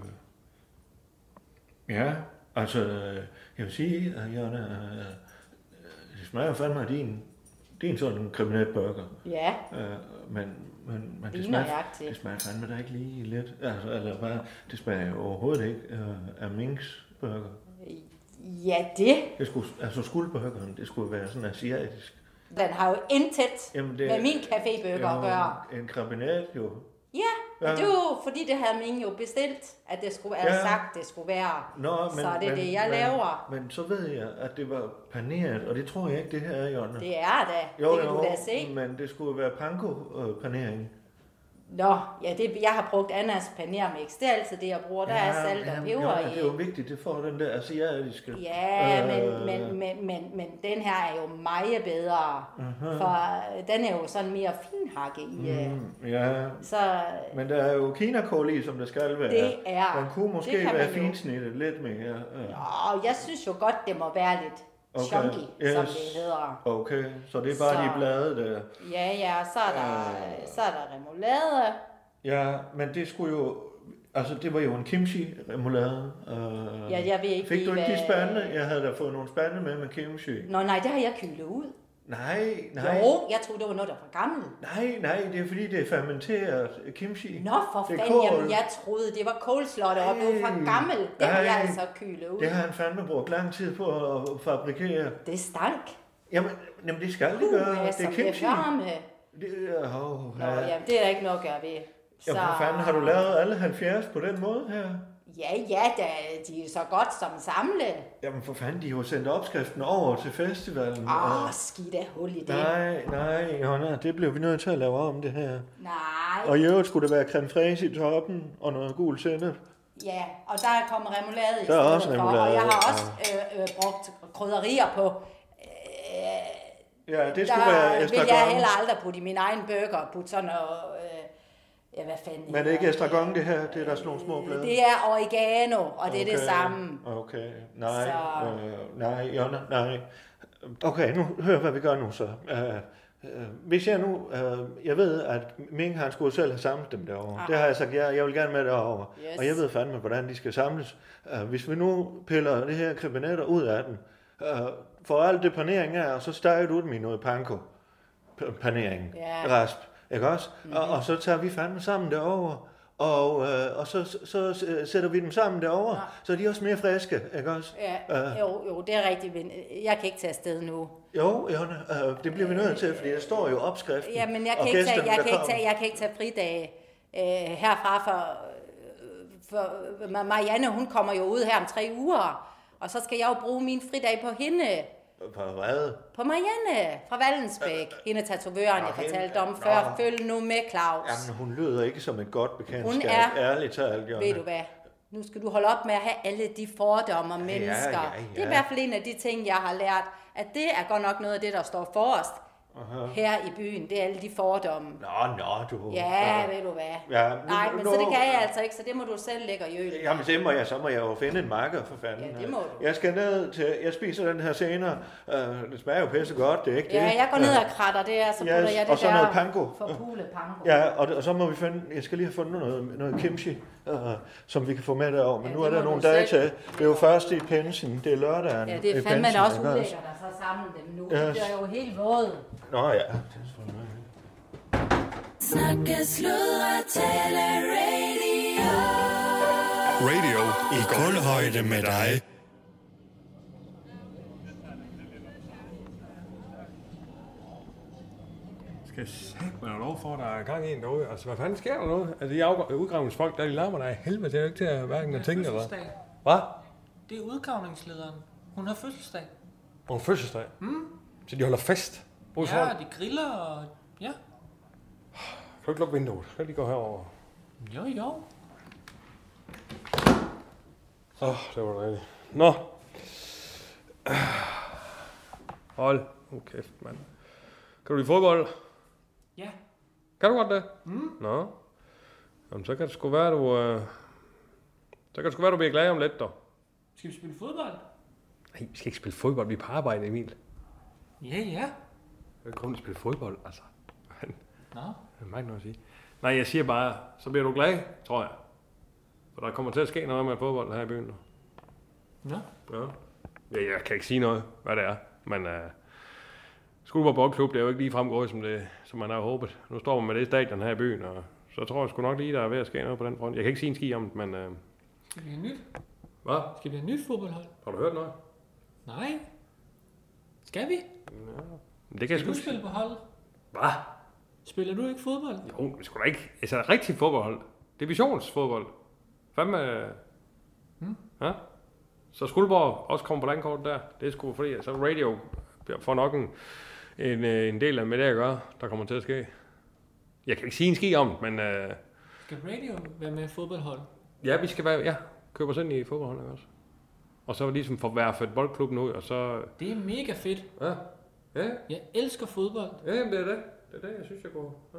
Speaker 6: Ja, altså, øh, jeg vil sige, at Jørgen, øh, øh, det smager fandme af din, din sådan kriminel burger.
Speaker 5: Ja,
Speaker 6: Øh, men, men, men det,
Speaker 5: Ligner
Speaker 6: smager,
Speaker 5: jagt til.
Speaker 6: det smager fandme da ikke lige lidt. Altså, eller bare, det smager jo overhovedet ikke øh, af minks burger.
Speaker 5: ja det.
Speaker 6: Det skulle, altså skuldburgeren, det skulle være sådan asiatisk.
Speaker 5: Den har jo intet
Speaker 6: Jamen,
Speaker 5: Jamen,
Speaker 6: det-
Speaker 5: det, med min cafébøger at gøre.
Speaker 6: en krabinet jo.
Speaker 5: Ja,
Speaker 6: Ja.
Speaker 5: ja. det var fordi, det havde min jo bestilt, at det skulle være
Speaker 6: Ja.
Speaker 5: ja. sagt, det skulle være.
Speaker 6: Nå, men,
Speaker 5: så det er
Speaker 6: men,
Speaker 5: det, jeg
Speaker 6: men,
Speaker 5: laver.
Speaker 6: Men så ved jeg, at det var paneret, og det tror jeg ikke, det her er, Jonna. Mm.
Speaker 5: Det er da. Jo, det kan jo. du da se.
Speaker 6: men det skulle være panko-panering.
Speaker 5: Nå, ja, det, jeg har brugt ananas panermix. Det er altid det, jeg bruger. Der er salt og peber
Speaker 6: ja, det er jo
Speaker 5: i.
Speaker 6: vigtigt, det får den der asiatiske... Øh.
Speaker 5: Ja, men, men, men, men, men den her er jo meget bedre, for øh, den er jo sådan mere finhakket i. øh,
Speaker 6: Mm, ja,
Speaker 5: Så
Speaker 6: men der er jo kinakål i, som der skal være.
Speaker 5: Det er-
Speaker 6: Den kunne
Speaker 5: det
Speaker 6: måske
Speaker 5: kan man
Speaker 6: være
Speaker 5: jo.
Speaker 6: finsnittet lidt mere. Ja.
Speaker 5: åh, jeg synes jo godt, det må være lidt okay. chunky, yes. som det hedder.
Speaker 6: Okay, så det er bare
Speaker 5: Så-
Speaker 6: de blade der.
Speaker 5: Ja, ja, så er der,
Speaker 6: Øh.
Speaker 5: så er der remoulade.
Speaker 6: Ja, men det skulle jo... Altså, det var jo en kimchi-remoulade. Øh,
Speaker 5: Ja, jeg ved ikke
Speaker 6: Fik du
Speaker 5: lige,
Speaker 6: ikke de
Speaker 5: hvad-
Speaker 6: spande? Jeg havde da fået nogle spande med med kimchi.
Speaker 5: Nå nej, det har jeg kylet ud.
Speaker 6: Nej, nej.
Speaker 5: Jo, jeg troede, det var noget, der var gammelt.
Speaker 6: Nej, nej, det er fordi, det er fermenteret kimchi.
Speaker 5: Nå, for
Speaker 6: Det er
Speaker 5: fanden,
Speaker 6: kål.
Speaker 5: jamen, jeg troede, det var kålslot og blev for gammel. Det har jeg
Speaker 6: Ej.
Speaker 5: altså kylet ud.
Speaker 6: Det har han fandme brugt lang tid på at fabrikere.
Speaker 5: Det stank.
Speaker 6: Jamen, jamen det skal det
Speaker 5: Uh,
Speaker 6: gøre.
Speaker 5: ja,
Speaker 6: det
Speaker 5: som
Speaker 6: er
Speaker 5: det
Speaker 6: kimchi.
Speaker 5: varme.
Speaker 6: Det er, oh,
Speaker 5: Nå,
Speaker 6: ja.
Speaker 5: ja. jamen, det er der ikke noget at gøre ved.
Speaker 6: Jamen, hvor fanden har du lavet alle 70 på den måde her?
Speaker 5: Ja, ja, da, de er så godt som samle.
Speaker 6: Jamen for fanden, de har jo sendt opskriften over til festivalen.
Speaker 5: Åh,
Speaker 6: og-
Speaker 5: skidt af hul i det.
Speaker 6: Nej, nej, Jonna, det bliver vi nødt til at lave om det her.
Speaker 5: Nej.
Speaker 6: Og i øvrigt skulle der være creme fraise i toppen og noget gul sennep.
Speaker 5: Ja, og der kommer remoulade i
Speaker 6: Der er
Speaker 5: stedet
Speaker 6: også
Speaker 5: for,
Speaker 6: remoulade,
Speaker 5: Og jeg har
Speaker 6: ja.
Speaker 5: også øh, øh, brugt krydderier på. Øh,
Speaker 6: Ja, det skulle være
Speaker 5: der vil jeg
Speaker 6: estragon.
Speaker 5: heller aldrig putte i min egen burger, putte sådan noget, øh, ja, hvad fanden
Speaker 6: Men det er
Speaker 5: hedder
Speaker 6: ikke estragon det her, det er der sådan nogle små blade.
Speaker 5: Det er oregano, og det okay. er det samme.
Speaker 6: Okay, nej,
Speaker 5: Så-
Speaker 6: øh, nej, Jonna, nej. Okay, nu hør, hvad vi gør nu så. Øh, øh, hvis jeg nu, øh, jeg ved, at Ming han skulle selv have samlet dem derovre. Det har jeg sagt, ja, jeg vil gerne med derovre.
Speaker 5: Ah. Yes.
Speaker 6: Og jeg ved fandme, hvordan de skal samles. Øh, hvis vi nu piller det her kribinetter ud af den, øh, for alt det panering er, og så steger du dem i noget panko. P- panering,
Speaker 5: Ja.
Speaker 6: rasp, ikke også? Mm-hmm.
Speaker 5: Mhm.
Speaker 6: Og, og så tager vi fandme sammen derover og, øh, og så, så, så øh, sætter vi dem sammen derover, ja. så er de også mere friske, ikke også?
Speaker 5: Ja, jo, jo, det er rigtigt, men jeg kan ikke tage afsted nu.
Speaker 6: Jo, Jonna, øh, det bliver vi nødt til, fordi der står jo opskriften.
Speaker 5: Ja, men jeg kan,
Speaker 6: og
Speaker 5: ikke tage,
Speaker 6: gæsterne,
Speaker 5: jeg,
Speaker 6: der
Speaker 5: kan ikke
Speaker 6: kommer.
Speaker 5: tage, jeg kan ikke tage fridage øh, herfra, for, øh, for Ma- Marianne, hun kommer jo ud her om tre uger, og så skal jeg jo bruge min fridag på hende,
Speaker 6: På hvad?
Speaker 5: på Marianne fra Vallensbæk, hende tatovøren, jeg
Speaker 6: Øh, hende,
Speaker 5: fortalte om
Speaker 6: ja,
Speaker 5: før.
Speaker 6: nå.
Speaker 5: Følg nu med, Claus.
Speaker 6: Jamen, hun lyder ikke som et godt bekendtskab,
Speaker 5: Hun er-
Speaker 6: ærligt talt, Jonna.
Speaker 5: Ved du hvad? Nu skal du holde op med at have alle de fordomme om
Speaker 6: ja,
Speaker 5: mennesker.
Speaker 6: ja.
Speaker 5: Det er i hvert fald en af de ting, jeg har lært, at det er godt nok noget af det, der står forrest Aha. her i byen. Det er alle de fordomme.
Speaker 6: Nå, nå, du.
Speaker 5: Ja, ved du hvad.
Speaker 6: Ja, nu-
Speaker 5: Nej, men
Speaker 6: nu-
Speaker 5: så det kan jeg altså ikke, så det må du selv lægge og jøle.
Speaker 6: Jamen, det må jeg, så må jeg jo finde en marker for fanden.
Speaker 5: Ja, det må du.
Speaker 6: Jeg skal ned til, jeg spiser den her senere. Øh, det smager jo pisse godt, det er ikke
Speaker 5: Ja,
Speaker 6: det.
Speaker 5: jeg går ned og kratter det, og så
Speaker 6: Yes,
Speaker 5: putter jeg det
Speaker 6: og så
Speaker 5: der
Speaker 6: noget panko.
Speaker 5: forpule panko.
Speaker 6: Ja, og, og så må vi finde, jeg skal lige have fundet noget, noget kimchi, øh, som vi kan få med derover, men
Speaker 5: Ja,
Speaker 6: nu
Speaker 5: det
Speaker 6: er der
Speaker 5: må
Speaker 6: nogle
Speaker 5: du
Speaker 6: dage
Speaker 5: selv.
Speaker 6: til. Det er jo først i pensen, det er lørdagen.
Speaker 5: Ja, det
Speaker 6: i
Speaker 5: er fandme
Speaker 6: pinsen,
Speaker 5: også
Speaker 6: Øh, ikke
Speaker 5: ulækkert at så samle dem nu. Det
Speaker 6: Yes.
Speaker 5: bliver jo helt våde.
Speaker 6: Nå ja.
Speaker 8: Snakke, sludre, tale, radio.
Speaker 2: Radio.
Speaker 9: I kulhøjde med dig.
Speaker 3: Skal sæt mig lov for, at der er gang i en derude. Altså, hvad fanden sker der nu? Altså, de afgra- udgravningsfolk, der de larmer dig af helvede. Det er jo ikke til at hverken at tænke eller hvad. Hvad?
Speaker 10: Det er udgravningslederen. Hun har fødselsdag.
Speaker 3: Og en fødselsdag. Mm. Så de holder fest. Ude ja,
Speaker 10: Ja,
Speaker 3: foran.
Speaker 10: og de griller og... Ja,
Speaker 3: Kan du ikke lukke vinduet? Kan du lige gå herover?
Speaker 10: jo jo.
Speaker 3: Åh, oh, det var dejligt. Nå. Ah. Hold nu kæft, mand. Kan du lide fodbold?
Speaker 10: Ja,
Speaker 3: Kan du godt det? Mm. Nå. Jamen, så kan det sgu være, du... Øh... Så kan det sgu være, du bliver glad om lidt, dog.
Speaker 10: skal vi spille fodbold?
Speaker 3: Nej, vi skal ikke spille fodbold. Vi er på arbejde, Emil.
Speaker 10: Ja, ja.
Speaker 3: Jeg kommer til at spille fodbold, altså.
Speaker 10: Nå,
Speaker 3: Det er mig noget at sige. Nej, jeg siger bare, så bliver du glad, tror jeg. For der kommer til at ske noget med fodbold her i byen. nu.
Speaker 10: nå.
Speaker 3: Ja. ja jeg kan ikke sige noget, hvad det er. Men uh, Skuldborg Boldklub, det er jo ikke lige fremgået, som, det, som man har håbet. Nu står man med det stadion her i byen, og så tror jeg sgu nok lige, der er ved at ske noget på den front. Jeg kan ikke sige en ski om det, men... Uh,
Speaker 10: Skal vi have nyt?
Speaker 3: hvad?
Speaker 10: Skal vi have nyt fodboldhold?
Speaker 3: Har du hørt noget?
Speaker 10: Nej. Skal vi?
Speaker 3: Det kan jeg
Speaker 10: Skal du
Speaker 3: sgu sige.
Speaker 10: spille på holdet?
Speaker 3: Hvad?
Speaker 10: Spiller du ikke fodbold?
Speaker 3: Jo, men sgu da ikke. Altså, rigtig fodbold. Divisionsfodbold. Hvad med... Hmm? Ja? Så Skuldborg også kommer på landkortet der. Det er sgu fordi, at så radio bliver- får nok en, en, øh, en del af med det, jeg gør, der kommer til at ske. Jeg kan ikke sige en ski om det, men øh,
Speaker 11: Skal radio være med i fodboldhold?
Speaker 3: ja, vi skal være, ja, køber sådan i fodboldholdet ikke også. Og så ligesom forværfet boldklubben ud, og så...
Speaker 11: Det er mega fedt.
Speaker 3: Ja, ja,
Speaker 11: Jeg elsker fodbold.
Speaker 3: ja jamen, det er det. Det er det, jeg synes, jeg går. Ja.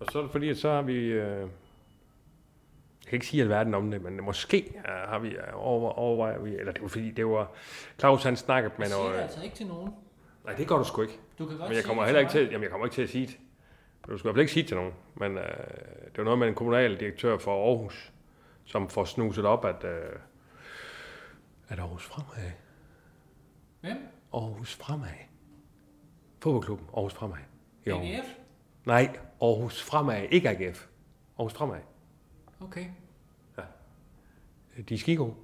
Speaker 3: Og så er det fordi, at så har vi... Øh, jeg kan ikke sige alverden om det, men måske øh, har vi øh, over, overvejer vi... Eller det var fordi, det var... Claus han snakkede med
Speaker 11: Men Sig
Speaker 3: noget...
Speaker 11: det
Speaker 3: Øh,
Speaker 11: altså ikke til nogen.
Speaker 3: nej, det gør du sgu ikke.
Speaker 11: Du kan godt
Speaker 3: Men jeg
Speaker 11: sige
Speaker 3: kommer
Speaker 11: det
Speaker 3: heller ikke til,
Speaker 11: mig.
Speaker 3: jamen jeg kommer ikke til at sige det. Du skal i hvert fald ikke sige det til nogen. Men øh, det var noget med en kommunal direktør for Aarhus, som får snuset op, at, øh, at Aarhus Fremad,
Speaker 11: Hvem?
Speaker 3: Aarhus Fremad, fodboldklubben Aarhus Fremad. i
Speaker 10: E
Speaker 3: Aarhus.
Speaker 11: AGF?
Speaker 3: Nej, Aarhus Fremad, ikke AGF. Aarhus Fremad. Øh,
Speaker 11: Okay.
Speaker 3: De er skigode.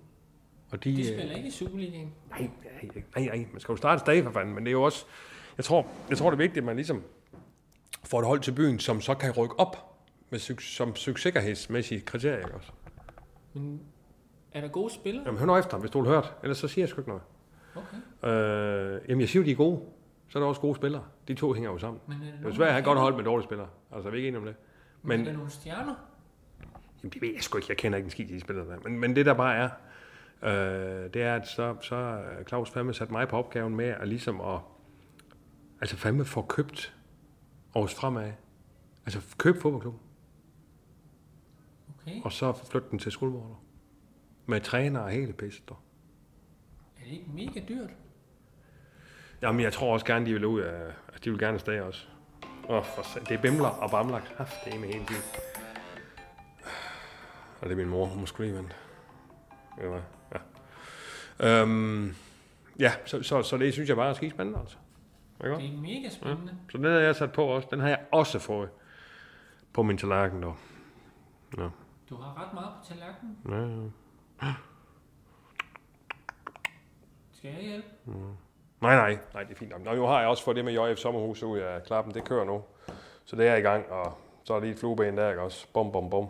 Speaker 3: Og de,
Speaker 11: De
Speaker 3: øh,
Speaker 11: spiller ikke i Superligaen.
Speaker 3: Nej, nej, nej, nej, man skal jo starte et sted for fanden, men det er jo også, jeg tror, jeg tror det er vigtigt, at man ligesom får et hold til byen, som så kan rykke op med suc- som successikkerhedsmæssige kriterier, ikke også?
Speaker 11: Men er der gode spillere?
Speaker 3: Jamen hør nu efter, hvis du har hørt, ellers så siger jeg sgu ikke noget.
Speaker 11: Okay.
Speaker 3: Øh, jamen jeg siger jo, de er gode, så er der også gode spillere. De to hænger jo sammen.
Speaker 11: Men er der
Speaker 3: Det er jo
Speaker 11: nogen,
Speaker 3: svært at
Speaker 11: der
Speaker 3: have et
Speaker 11: kender-
Speaker 3: godt hold med dårlige spillere, altså er vi ikke enige om det?
Speaker 11: Men,
Speaker 3: Men,
Speaker 11: er der nogle stjerner?
Speaker 3: Jamen, det ved jeg sgu ikke. Jeg kender ikke en skid til de spillere der. Men, men det der bare er, øh, det er, at så, så øh, Claus fandme sat mig på opgaven med at ligesom at, altså fandme få købt Aarhus Fremad. Altså køb fodboldklubben,
Speaker 11: Okay.
Speaker 3: og så flytte den til Skuldborg. du. Med træner og hele pisset. du.
Speaker 11: Er det ikke mega dyrt?
Speaker 3: Jamen, jeg tror også gerne, de vil ud af, at de vil gerne stage også. Åh, for sat- det er bimler og bamler. Haft det med hele tiden. Og det er min mor, hun må skulle lige vente. Ved du hvad? Ja, øhm, ja så, så, så, det synes jeg bare er skidt spændende, altså. Ikke
Speaker 11: Det
Speaker 3: også?
Speaker 11: er mega spændende. Ja.
Speaker 3: Så den har jeg sat på også. Den har jeg også fået på min tallerken, dog. Ja.
Speaker 11: Du har ret meget på tallerkenen.
Speaker 3: Ja, ja.
Speaker 11: Skal jeg hjælpe?
Speaker 3: Nej, nej, nej, det er fint. nok. Nå, nu har jeg også fået det med JF Sommerhus ud af klappen. Det kører nu. Så det er i gang, og så er der lige et flueben der, ikke også? Bum, bum, bum.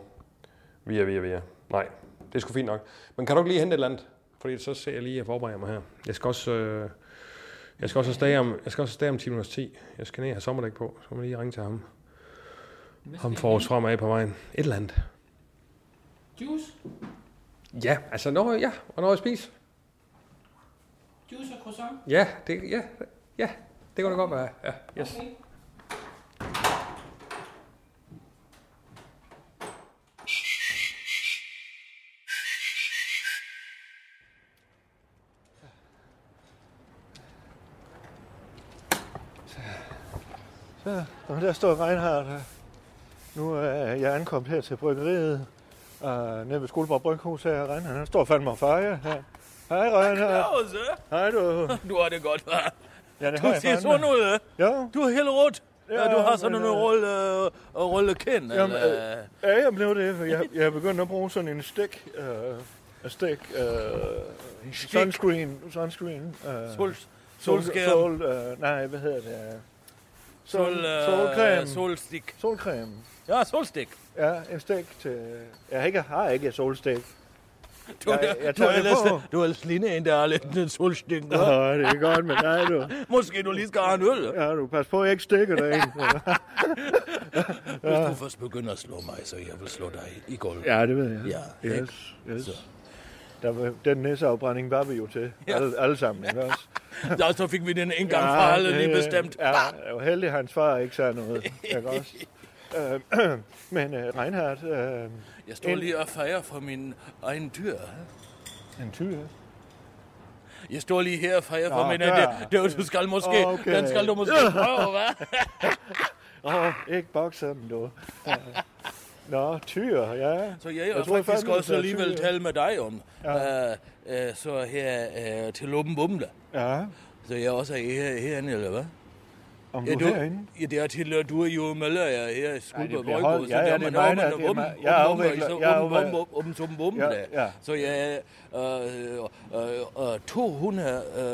Speaker 3: Via, via, via. Nej, det er sgu fint nok. Men kan du ikke lige hente et eller andet? Fordi så ser jeg lige, at jeg forbereder mig her. Jeg skal også... Øh, jeg skal også afsted om, jeg skal også afsted om 10 minutter 10. Jeg skal ned og have sommerdæk på. Så må jeg lige ringe til ham.
Speaker 11: Hvad
Speaker 3: Ham
Speaker 11: skal
Speaker 3: får
Speaker 11: jeg
Speaker 3: os fremad på vejen. Et eller andet.
Speaker 11: hjælpe? Juice?
Speaker 3: Ja, altså når ja, og når jeg spiser.
Speaker 11: Juice og croissant?
Speaker 3: Ja, det, ja, ja, det kunne det godt være. Ja, yes.
Speaker 11: Okay.
Speaker 6: Så, og der står Reinhardt. øh. Nu er jeg ankommet her til bryggeriet. Og nede ved Skuldborg Bryghus her, Reinhardt, han står fandme og fejrer her. Hej, Reinhardt. Hej, du.
Speaker 10: Du har det godt, hva'?
Speaker 6: Ja, det har
Speaker 10: Du
Speaker 6: jeg
Speaker 10: ser
Speaker 6: fandme.
Speaker 10: sådan ud, hva'?
Speaker 6: Jo.
Speaker 10: Du er helt rødt.
Speaker 6: Ja,
Speaker 10: Ja, du har sådan
Speaker 6: men,
Speaker 10: en
Speaker 6: øh,
Speaker 10: rulle, rulle kind,
Speaker 6: Jamen,
Speaker 10: eller...
Speaker 6: øh, ja, jeg blev det, for jeg, jeg er begyndt at bruge sådan en stik, øh, en stik, øh, sunscreen, sunscreen, øh,
Speaker 10: Sol,
Speaker 6: sol,
Speaker 10: solskærm.
Speaker 6: sol, øh, nej, hvad hedder det, øh, sol,
Speaker 10: sol, øh,
Speaker 6: solcreme,
Speaker 10: Solstik.
Speaker 6: solcreme,
Speaker 10: Ja, solstik.
Speaker 6: ja, en stik til, jeg har ikke, har ikke et solstik,
Speaker 10: Du,
Speaker 6: Jeg- jeg
Speaker 10: du,
Speaker 6: tager
Speaker 10: er
Speaker 6: det
Speaker 10: ellers,
Speaker 6: på.
Speaker 10: du er ellers lignende en, der har lidt en solstik.
Speaker 6: Åh,
Speaker 10: hva'?
Speaker 6: det er godt med dig, du,
Speaker 10: Måske du lige skal have en øl.
Speaker 6: ja, du, pas på, jeg ikke stikker dig ind,
Speaker 10: Hvis du først begynder at slå mig, så jeg vil slå dig i gulvet.
Speaker 6: ja, det ved jeg,
Speaker 10: Ja, ikke?
Speaker 6: yes, yes,
Speaker 10: Så.
Speaker 6: der, var- den næseafbrænding var vi jo til, alle, alle sammen, ikke også?
Speaker 10: Ja, så fik vi den en gang for alle lige
Speaker 6: det-
Speaker 10: bestemt.
Speaker 6: Ja, jeg var heldig, at hans far ikke sagde noget. Ikke også? Øh, Men uh, Reinhardt, øh,
Speaker 10: Jeg står lige og fejrer for min egen dyr. hva'?
Speaker 6: en tyr.
Speaker 10: Jeg står lige her og fejrer for
Speaker 6: Nå,
Speaker 10: min
Speaker 6: ja.
Speaker 10: egen dyr. Det, du skal måske,
Speaker 6: Okay.
Speaker 10: den skal du måske prøve, hva'?
Speaker 6: Åh, ikke bokse ham, du. Øh, Nå, tyr, ja.
Speaker 10: Så jeg, jeg
Speaker 6: troede
Speaker 10: faktisk
Speaker 6: fandme,
Speaker 10: også
Speaker 6: det var
Speaker 10: alligevel
Speaker 6: tyr.
Speaker 10: tale med dig om, ja. øh, øh, så her øh, til Låben Bumle.
Speaker 6: Ja,
Speaker 10: Så jeg også er her, herinde, eller hvad?
Speaker 6: om
Speaker 10: Ja,
Speaker 6: du er herinde.
Speaker 10: ja, det er til, at du er jo melder jer her i Skulper
Speaker 6: bliver
Speaker 10: Brøgbo,
Speaker 6: hold-
Speaker 10: så
Speaker 6: ja, ja,
Speaker 10: der
Speaker 6: det er
Speaker 10: man
Speaker 6: mig,
Speaker 10: åbner
Speaker 6: der- det er
Speaker 10: åben-
Speaker 6: mig.
Speaker 10: åben-
Speaker 6: Jeg er
Speaker 10: åben-
Speaker 6: afvikler-
Speaker 10: så
Speaker 6: jeg er
Speaker 10: åben- åben-
Speaker 6: afvikler.
Speaker 10: åben- åben- som bumle.
Speaker 6: Ja, ja.
Speaker 10: Så jeg er øh, øh, øh, 200, øh,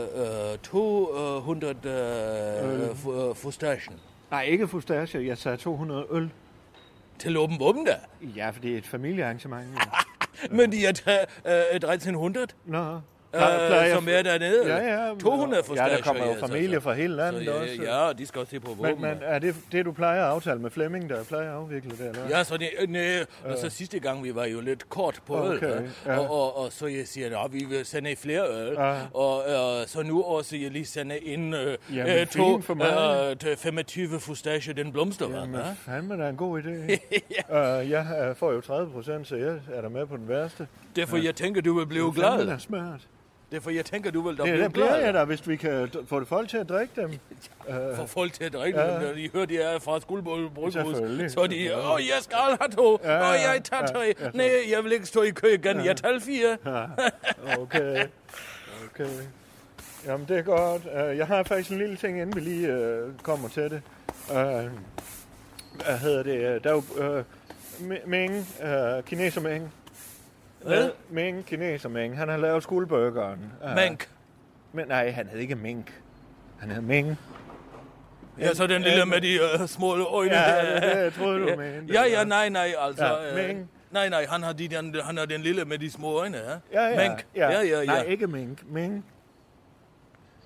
Speaker 10: øh, 200 øh, fu- øh, fustagen
Speaker 6: Nej, ikke fustache. Jeg sagde 200 øl.
Speaker 10: til åben bumle.
Speaker 6: Ja, for det er et familiearrangement. Ja.
Speaker 10: øh, Men de er tre- øh, 1300.
Speaker 6: Nå, Plejer- plejer-
Speaker 10: øh, som er dernede.
Speaker 6: Ja, ja, men-
Speaker 10: 200
Speaker 6: Ja,
Speaker 10: forstager.
Speaker 6: der kommer jo familie fra hele landet
Speaker 10: altså, så, ja,
Speaker 6: også.
Speaker 10: Ja, og de skal også se på
Speaker 6: Men,
Speaker 10: våben.
Speaker 6: men er det det, du plejer at aftale med Flemming, der plejer at afvikle det? Eller? hvad?
Speaker 10: Ja, så det, øh, nej, og så
Speaker 6: Øh.
Speaker 10: sidste gang, vi var jo lidt kort på øl,
Speaker 6: Okay,
Speaker 10: øh,
Speaker 6: ja.
Speaker 10: og, og, og så jeg siger, at vi vil sende flere øl,
Speaker 6: Ja.
Speaker 10: og øh, så nu også jeg lige sende en øh,
Speaker 6: Jamen,
Speaker 10: øh, to,
Speaker 6: fint for mig.
Speaker 10: øh, til 25 fustage, den blomster,
Speaker 6: Jamen,
Speaker 10: ja?
Speaker 6: fandme, det er en god idé. ja. uh, jeg øh, får jo 30 procent, så jeg er der med på den værste.
Speaker 10: Derfor jeg tænker, du vil blive
Speaker 6: Men
Speaker 10: glad.
Speaker 6: fandme da smart.
Speaker 10: Derfor jeg tænker, du vil da
Speaker 6: Det,
Speaker 10: blive
Speaker 6: der bliver
Speaker 10: glad.
Speaker 6: jeg da, hvis vi kan d- få folk til at drikke dem. Øh,
Speaker 10: For folk til at drikke,
Speaker 6: Ja.
Speaker 10: ja. når de hører, de er fra Skuldborg Bryghus,
Speaker 6: Selvfølgelig.
Speaker 10: så er de, åh, oh, jeg skal have to, åh,
Speaker 6: Ja, ja,
Speaker 10: oh, jeg tager
Speaker 6: ja,
Speaker 10: tre,
Speaker 6: ja, så-
Speaker 10: nej, jeg vil ikke stå i kø igen,
Speaker 6: Ja.
Speaker 10: jeg tager fire.
Speaker 6: Okay. Okay. Jamen, det er godt. Øh, Jeg har faktisk en lille ting, inden vi lige øh, kommer til det. Øh, Hvad hedder det? Der er jo øh, Mi- Ming, øh, kineser Ming.
Speaker 10: Hvad?
Speaker 6: Ming, kineser Ming. Han har lavet skuldburgeren. Øh,
Speaker 10: Mink.
Speaker 6: Men nej, han hed ikke Mink. Han hed Ming.
Speaker 10: Ja, så den lille
Speaker 6: Ja,
Speaker 10: med de uh, små øjne.
Speaker 6: Ja,
Speaker 10: der.
Speaker 6: det- det troede du mente.
Speaker 10: Ja, ja, nej, nej, altså.
Speaker 6: Ja,
Speaker 10: øh,
Speaker 6: Ming.
Speaker 10: Nej, nej, han har, de, den, han har den lille med de små øjne, ja?
Speaker 6: Ja, ja.
Speaker 10: Mink. Ja, ja, ja.
Speaker 6: Nej, ikke Mink. Ming.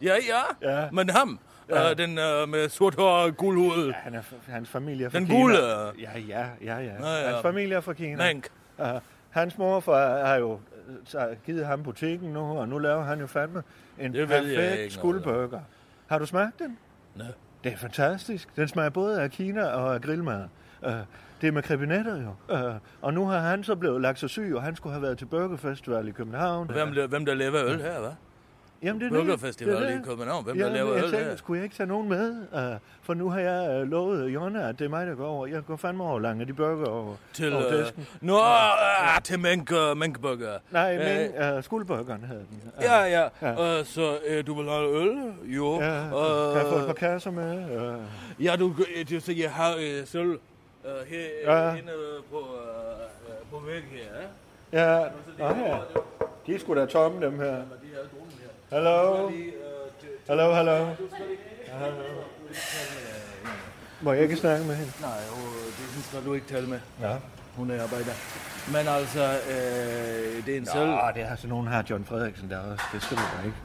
Speaker 10: Ja, ja.
Speaker 6: Ja.
Speaker 10: Men ham,
Speaker 6: Ja.
Speaker 10: øh, den øh, med sort hår og gul hoved.
Speaker 6: Ja, han er, f- hans familie er fra
Speaker 10: Den
Speaker 6: Kina.
Speaker 10: gule.
Speaker 6: Ja, ja, ja, ja.
Speaker 10: Nå, ja.
Speaker 6: Hans familie er fra Kina.
Speaker 10: Mink.
Speaker 6: Ja. hans morfar har jo øh, så givet ham butikken nu, og nu laver han jo fandme en
Speaker 10: Det ved jeg ikke noget
Speaker 6: perfekt skuldburger. Har du smagt den?
Speaker 10: Nej.
Speaker 6: Det er fantastisk. Den smager både af Kina og af grillmad. Uh, det er med krebinetter jo. Uh, og nu har han så blevet lagt så syg, og han skulle have været til Burgerfestival i København.
Speaker 10: Hvem, la- hvem der laver øl her, hva'?
Speaker 6: Jamen, det er
Speaker 10: Burgerfestival
Speaker 6: det. Det er
Speaker 10: i
Speaker 6: det.
Speaker 10: København. Hvem
Speaker 6: Ja,
Speaker 10: der laver
Speaker 6: jeg
Speaker 10: øl
Speaker 6: tænkte,
Speaker 10: her?
Speaker 6: skulle jeg ikke tage nogen med? Uh, for nu har jeg uh, lovet Jonna, at det er mig, der går over. Jeg går fandme over lange de burger over,
Speaker 10: Til,
Speaker 6: over
Speaker 10: øh,
Speaker 6: disken.
Speaker 10: nå, øh, til mink, øh, minkburger.
Speaker 6: Nej,
Speaker 10: Øh,
Speaker 6: men uh, skuldburgeren hed den. Øh,
Speaker 10: Ja, ja. Øh, så øh, du vil have øl? Jo. Øh,
Speaker 6: Ja, kan jeg få et par kasser med? Uh,
Speaker 10: Ja, du, øh, det, så jeg har øh, sølv øh, her
Speaker 6: Ja.
Speaker 10: ja. inde øh, på, øh, øh, på væggen her. ja.
Speaker 6: ja, oh, ja. De er sgu da tomme, dem her. Hallo?
Speaker 10: øh,
Speaker 6: Hallo, hallo? Må jeg ikke snakke med hende?
Speaker 10: øh, Nej, øh, det hende skal du ikke tale med.
Speaker 6: Ja.
Speaker 10: Hun er arbejder. Men altså, øh, det er en sølv.
Speaker 6: Nå, det har sådan nogen her, John Frederiksen, der også. Det skal du da ikke.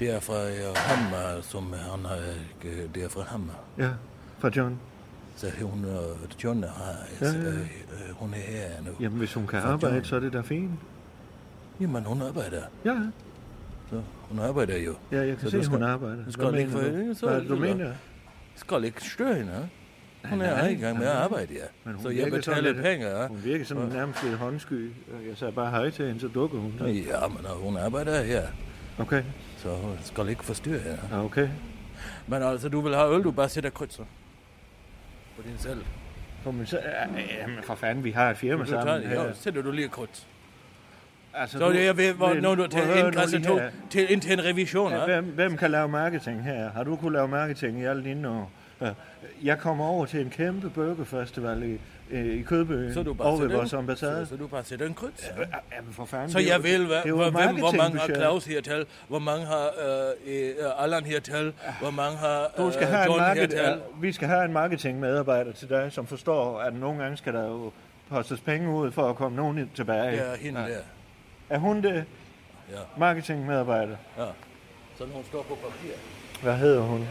Speaker 10: Det er fra øh, ham, øh, som han har... Øh, det er fra ham.
Speaker 6: Ja, fra John.
Speaker 10: Så hun, øh, John har...
Speaker 6: Ja,
Speaker 10: Ja,
Speaker 6: ja, ja.
Speaker 10: Øh, øh, hun er her nu.
Speaker 6: Jamen, hvis hun kan
Speaker 10: Fra John.
Speaker 6: arbejde, så er det da fint.
Speaker 10: Jamen, hun arbejder.
Speaker 6: Ja,
Speaker 10: Så hun arbejder jo.
Speaker 6: ja jeg kan
Speaker 10: Så
Speaker 6: se,
Speaker 10: du skal-
Speaker 6: hun arbejder.
Speaker 10: Du skal
Speaker 6: Hvad
Speaker 10: ikke for,
Speaker 6: mener du?
Speaker 10: så,
Speaker 6: Hvad du mener?
Speaker 10: skal ikke støre hende. hva'? Hun
Speaker 6: Nej,
Speaker 10: er
Speaker 6: nej,
Speaker 10: i gang med at
Speaker 6: nej.
Speaker 10: arbejde, ja.
Speaker 6: Men hun
Speaker 10: Så jeg
Speaker 6: virker sådan
Speaker 10: betaler
Speaker 6: lidt-
Speaker 10: penge, ja.
Speaker 6: Hun virker sådan nærmest lidt håndsky. Jeg sagde bare hej til hende, så dukker hun. Så.
Speaker 10: Ja, men øh, hun arbejder her,
Speaker 6: Okay,
Speaker 10: så hun skal ikke forstyrre hende.
Speaker 6: ja, okay.
Speaker 10: Men altså, du vil have øl, du bare sætter krydser på din selv.
Speaker 6: Kom, men så, ja, jamen for fanden, vi har et firma
Speaker 10: Du tager,
Speaker 6: sammen.
Speaker 10: ja, så sætter du lige kryds.
Speaker 6: Altså,
Speaker 10: Så det er ved, hvor,
Speaker 6: men-
Speaker 10: når du
Speaker 6: prøv at høre
Speaker 10: tager
Speaker 6: nu
Speaker 10: ind, græsser
Speaker 6: lige
Speaker 10: to
Speaker 6: her.
Speaker 10: til, ind til en revision,
Speaker 6: Ja,
Speaker 10: ja.
Speaker 6: hvem, hvem kan lave marketing her? Har du kunne lave marketing i alle dine år? Ja. Jeg kommer over til en kæmpe burgerfestival i, øh, i Kødbøen,
Speaker 10: Så du bare
Speaker 6: over ved
Speaker 10: sætter
Speaker 6: vores
Speaker 10: en-
Speaker 6: ambassade.
Speaker 10: Så, så du bare sætter en kryds. Ja.
Speaker 6: Jamen for fanden,
Speaker 10: Så
Speaker 6: det er
Speaker 10: jeg
Speaker 6: jo-
Speaker 10: vil,
Speaker 6: det er
Speaker 10: hvad,
Speaker 6: jo
Speaker 10: hvor, hvem, hvor mange har
Speaker 6: marketingbudget.
Speaker 10: Claus hertil, hvor mange har øh,
Speaker 2: äh,
Speaker 10: øh, Allan hertil, hvor mange har øh,
Speaker 6: Du skal have en
Speaker 10: John
Speaker 6: market,
Speaker 10: hertil.
Speaker 6: ja, vi skal have en marketingmedarbejder til dig, som forstår, at nogle gange skal der jo postes penge ud for at komme nogen ind tilbage.
Speaker 10: Ja, hende der.
Speaker 6: Er hun det?
Speaker 10: Ja.
Speaker 6: Marketingmedarbejder.
Speaker 10: Ja. Sådan hun står på papir.
Speaker 6: Hvad hedder hun?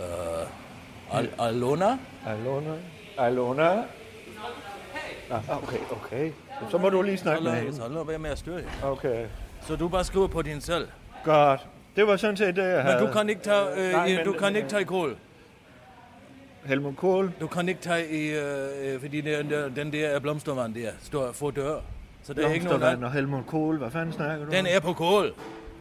Speaker 10: Øh, Al- Alona?
Speaker 6: Alona? Alona? Ah, okay, okay. Så må du lige snakke med
Speaker 10: Så
Speaker 6: hende.
Speaker 10: lad være med at styre hende.
Speaker 6: Okay,
Speaker 10: Så du bare skriver på din selv.
Speaker 6: godt. Det var sådan set det, jeg
Speaker 10: Men
Speaker 6: havde.
Speaker 10: du kan ikke tage, øh,
Speaker 6: Nej,
Speaker 10: i-
Speaker 6: men-
Speaker 10: du kan ikke tage i kål.
Speaker 6: Helmut Kohl?
Speaker 10: Du kan ikke tage i, øh, øh, fordi den der, den der blomstervand der står for dør. Så der er ikke nogen
Speaker 6: Blomstervand
Speaker 10: vand.
Speaker 6: og Helmut Kohl. Hvad fanden snakker du
Speaker 10: Den
Speaker 6: om?
Speaker 10: er på kål.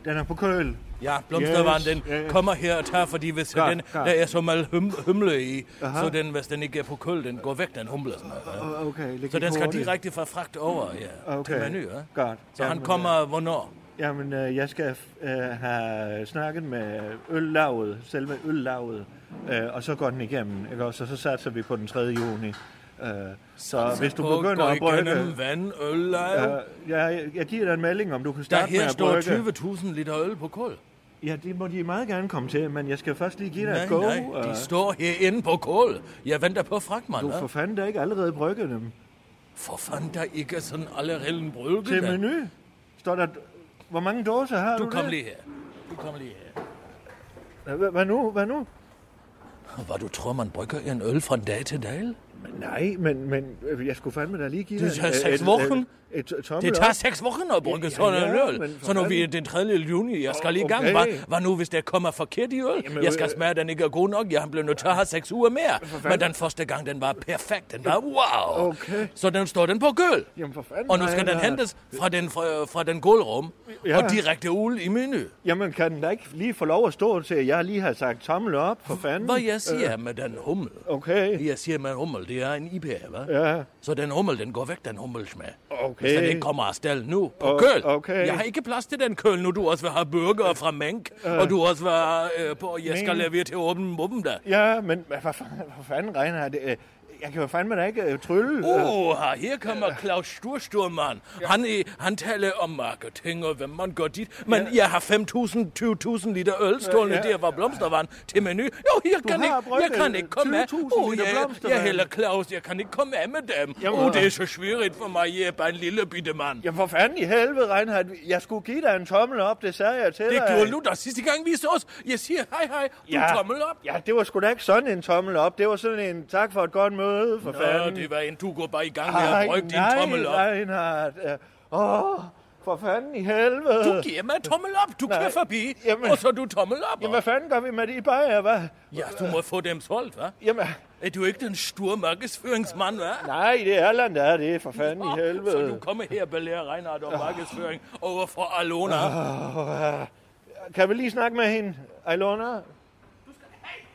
Speaker 6: Den er på køl.
Speaker 10: Ja, blomstervand,
Speaker 6: Yes,
Speaker 10: den
Speaker 6: yes.
Speaker 10: kommer her og tager, fordi hvis
Speaker 6: Godt,
Speaker 10: den,
Speaker 6: godt.
Speaker 10: der er så meget hum, humle i,
Speaker 6: Aha.
Speaker 10: så den, hvis den ikke er på kål, den går væk, den humler. Sådan noget, ja.
Speaker 6: Åh, Okay, det
Speaker 10: Så
Speaker 6: gik
Speaker 10: den skal
Speaker 6: hurtigt.
Speaker 10: direkte fra fragt over ja,
Speaker 6: Okay.
Speaker 10: til menu. Ja.
Speaker 6: Godt.
Speaker 10: Så han
Speaker 6: Jamen, øh,
Speaker 10: kommer hvornår?
Speaker 6: Jamen, øh, jeg skal øh, have snakket med øllavet, selve øllavet, øh, og så går den igennem, ikke også? Og så satser vi på den 3. juni. Øh, så, hvis du
Speaker 10: På-
Speaker 6: begynder
Speaker 10: går
Speaker 6: at brygge...
Speaker 10: igennem vand, øl, øh,
Speaker 6: Øh, jeg, jeg giver dig en melding, om du kan
Speaker 10: der
Speaker 6: starte med
Speaker 10: her
Speaker 6: at
Speaker 10: står
Speaker 6: brygge.
Speaker 10: 20.000 liter øl på kål.
Speaker 6: Ja, det må de meget gerne komme til, men jeg skal først lige give dig
Speaker 10: Nej,
Speaker 6: et go.
Speaker 10: nej,
Speaker 6: øh.
Speaker 10: de står herinde på kål. Jeg venter på fragtmand.
Speaker 6: Du
Speaker 10: hva'?
Speaker 6: for fanden da ikke allerede brygget dem.
Speaker 10: For fanden, der ikke er sådan allerede en brølge.
Speaker 6: Til
Speaker 10: da.
Speaker 6: menu står der Hvor mange dåser har du?
Speaker 10: Du kom
Speaker 6: der?
Speaker 10: lige her. Du kom lige her.
Speaker 6: Hva- Hvad nu? Hvad nu?
Speaker 10: Var du tror, man brygger en øl fra dag til dag?
Speaker 6: Nej, men, men øh, jeg skulle fandme da lige give
Speaker 10: Det
Speaker 6: dig
Speaker 10: tager
Speaker 6: en-
Speaker 10: seks
Speaker 6: en-
Speaker 10: wochen.
Speaker 6: en- et tommel
Speaker 10: Det tager
Speaker 6: op.
Speaker 10: seks uger at brygge
Speaker 6: Ja,
Speaker 10: sådan
Speaker 6: ja,
Speaker 10: en
Speaker 6: men
Speaker 10: øl.
Speaker 6: for
Speaker 10: Så når vi er
Speaker 6: fanden.
Speaker 10: den 3. juni, jeg skal lige i gang.
Speaker 6: Okay.
Speaker 10: Hvad, hvad nu, hvis der kommer forkert i øl?
Speaker 6: Jamen,
Speaker 10: jeg skal
Speaker 6: øh,
Speaker 10: smage, den ikke er god nok. Jeg blev nødt til at have seks uger mere. Men
Speaker 6: fanden.
Speaker 10: den første gang, den var perfekt. Den var wow.
Speaker 6: Okay.
Speaker 10: Så den står den på køl.
Speaker 6: Jamen for fanden.
Speaker 10: Og nu
Speaker 6: nej,
Speaker 10: skal den
Speaker 6: nej.
Speaker 10: hentes fra den, fra, fra den gulvrum
Speaker 6: Ja.
Speaker 10: og direkte ud i menu.
Speaker 6: Jamen kan den da ikke lige få lov at stå til, at jeg lige har sagt tommel op, for fanden?
Speaker 10: Hvad jeg siger
Speaker 6: Øh,
Speaker 10: med den hummel?
Speaker 6: Okay.
Speaker 10: Jeg siger med en hummel, det er en IPA, hva'?
Speaker 6: Ja.
Speaker 10: Så den hummel, den går væk, den hummelsmag.
Speaker 6: Okay.
Speaker 10: Hvis den ikke kommer af sted nu
Speaker 6: O-
Speaker 10: på køl.
Speaker 6: okay.
Speaker 10: Jeg har ikke plads til den køl nu. Du også vil have burger fra Mænk,
Speaker 6: Øh.
Speaker 10: og du også vil have, øh, på, jeg skal
Speaker 6: Men-
Speaker 10: levere til åben mubben der.
Speaker 6: Ja, men hvad, hvad, fanden, hvad fanden regner jeg det? øh, Jeg kan jo fandme da ikke øh, trylle.
Speaker 10: Åh, oh, her kommer Claus Stursturmann. Han, er- han taler om marketing og hvem man går dit. Men
Speaker 6: Ja.
Speaker 10: jeg har 5.000, 20.000 liter øl stående
Speaker 6: Ja, ja.
Speaker 10: ja, ja. der, hvor blomstervand til menu. Jo, jeg
Speaker 6: Du
Speaker 10: kan,
Speaker 6: har
Speaker 10: ikke,
Speaker 6: brugt,
Speaker 10: jeg kan
Speaker 6: øh,
Speaker 10: ikke komme af.
Speaker 6: 20.000
Speaker 10: Åh, oh,
Speaker 6: liter
Speaker 10: jeg, jeg
Speaker 6: blomstervand.
Speaker 10: hælder Claus, jeg kan ikke komme af med dem.
Speaker 6: Jamen,
Speaker 10: Åh, oh,
Speaker 6: hvad?
Speaker 10: det er så svært for mig. Jeg er bare en lille bitte mand.
Speaker 6: Jamen for fanden i helvede, Reinhardt. Jeg skulle give dig en tommel op, det sagde jeg til
Speaker 10: Det
Speaker 6: dig.
Speaker 10: gjorde du da sidste gang, vi så os. Jeg siger hej, hej. Du
Speaker 6: Ja.
Speaker 10: tommel op.
Speaker 6: Ja, det var sgu da ikke sådan en tommel op. Det var sådan en tak for et godt møde, for
Speaker 10: Nå,
Speaker 6: fanden.
Speaker 10: det var en, du går bare i gang med at brygge din
Speaker 6: nej,
Speaker 10: tommel op.
Speaker 6: Reinhardt. Øh, Åh, for fanden i helvede.
Speaker 10: Du giver mig en tommel op. Du
Speaker 6: Nej.
Speaker 10: kører forbi,
Speaker 6: Jamen-
Speaker 10: og så du tommel op.
Speaker 6: Jamen, hvad fanden gør vi med de bajer, hvad?
Speaker 10: Ja, du må få dem solgt, hva'?
Speaker 6: Jamen,
Speaker 10: Er du ikke den store markedsføringsmand, hva'?
Speaker 6: nej, det er Erland, der er det, for fanden i helvede.
Speaker 10: Så du kommer her og belærer Reinhardt om markedsføring over for Alona.
Speaker 6: Åh, Øh, Kan vi lige snakke med hende, Ilona? Du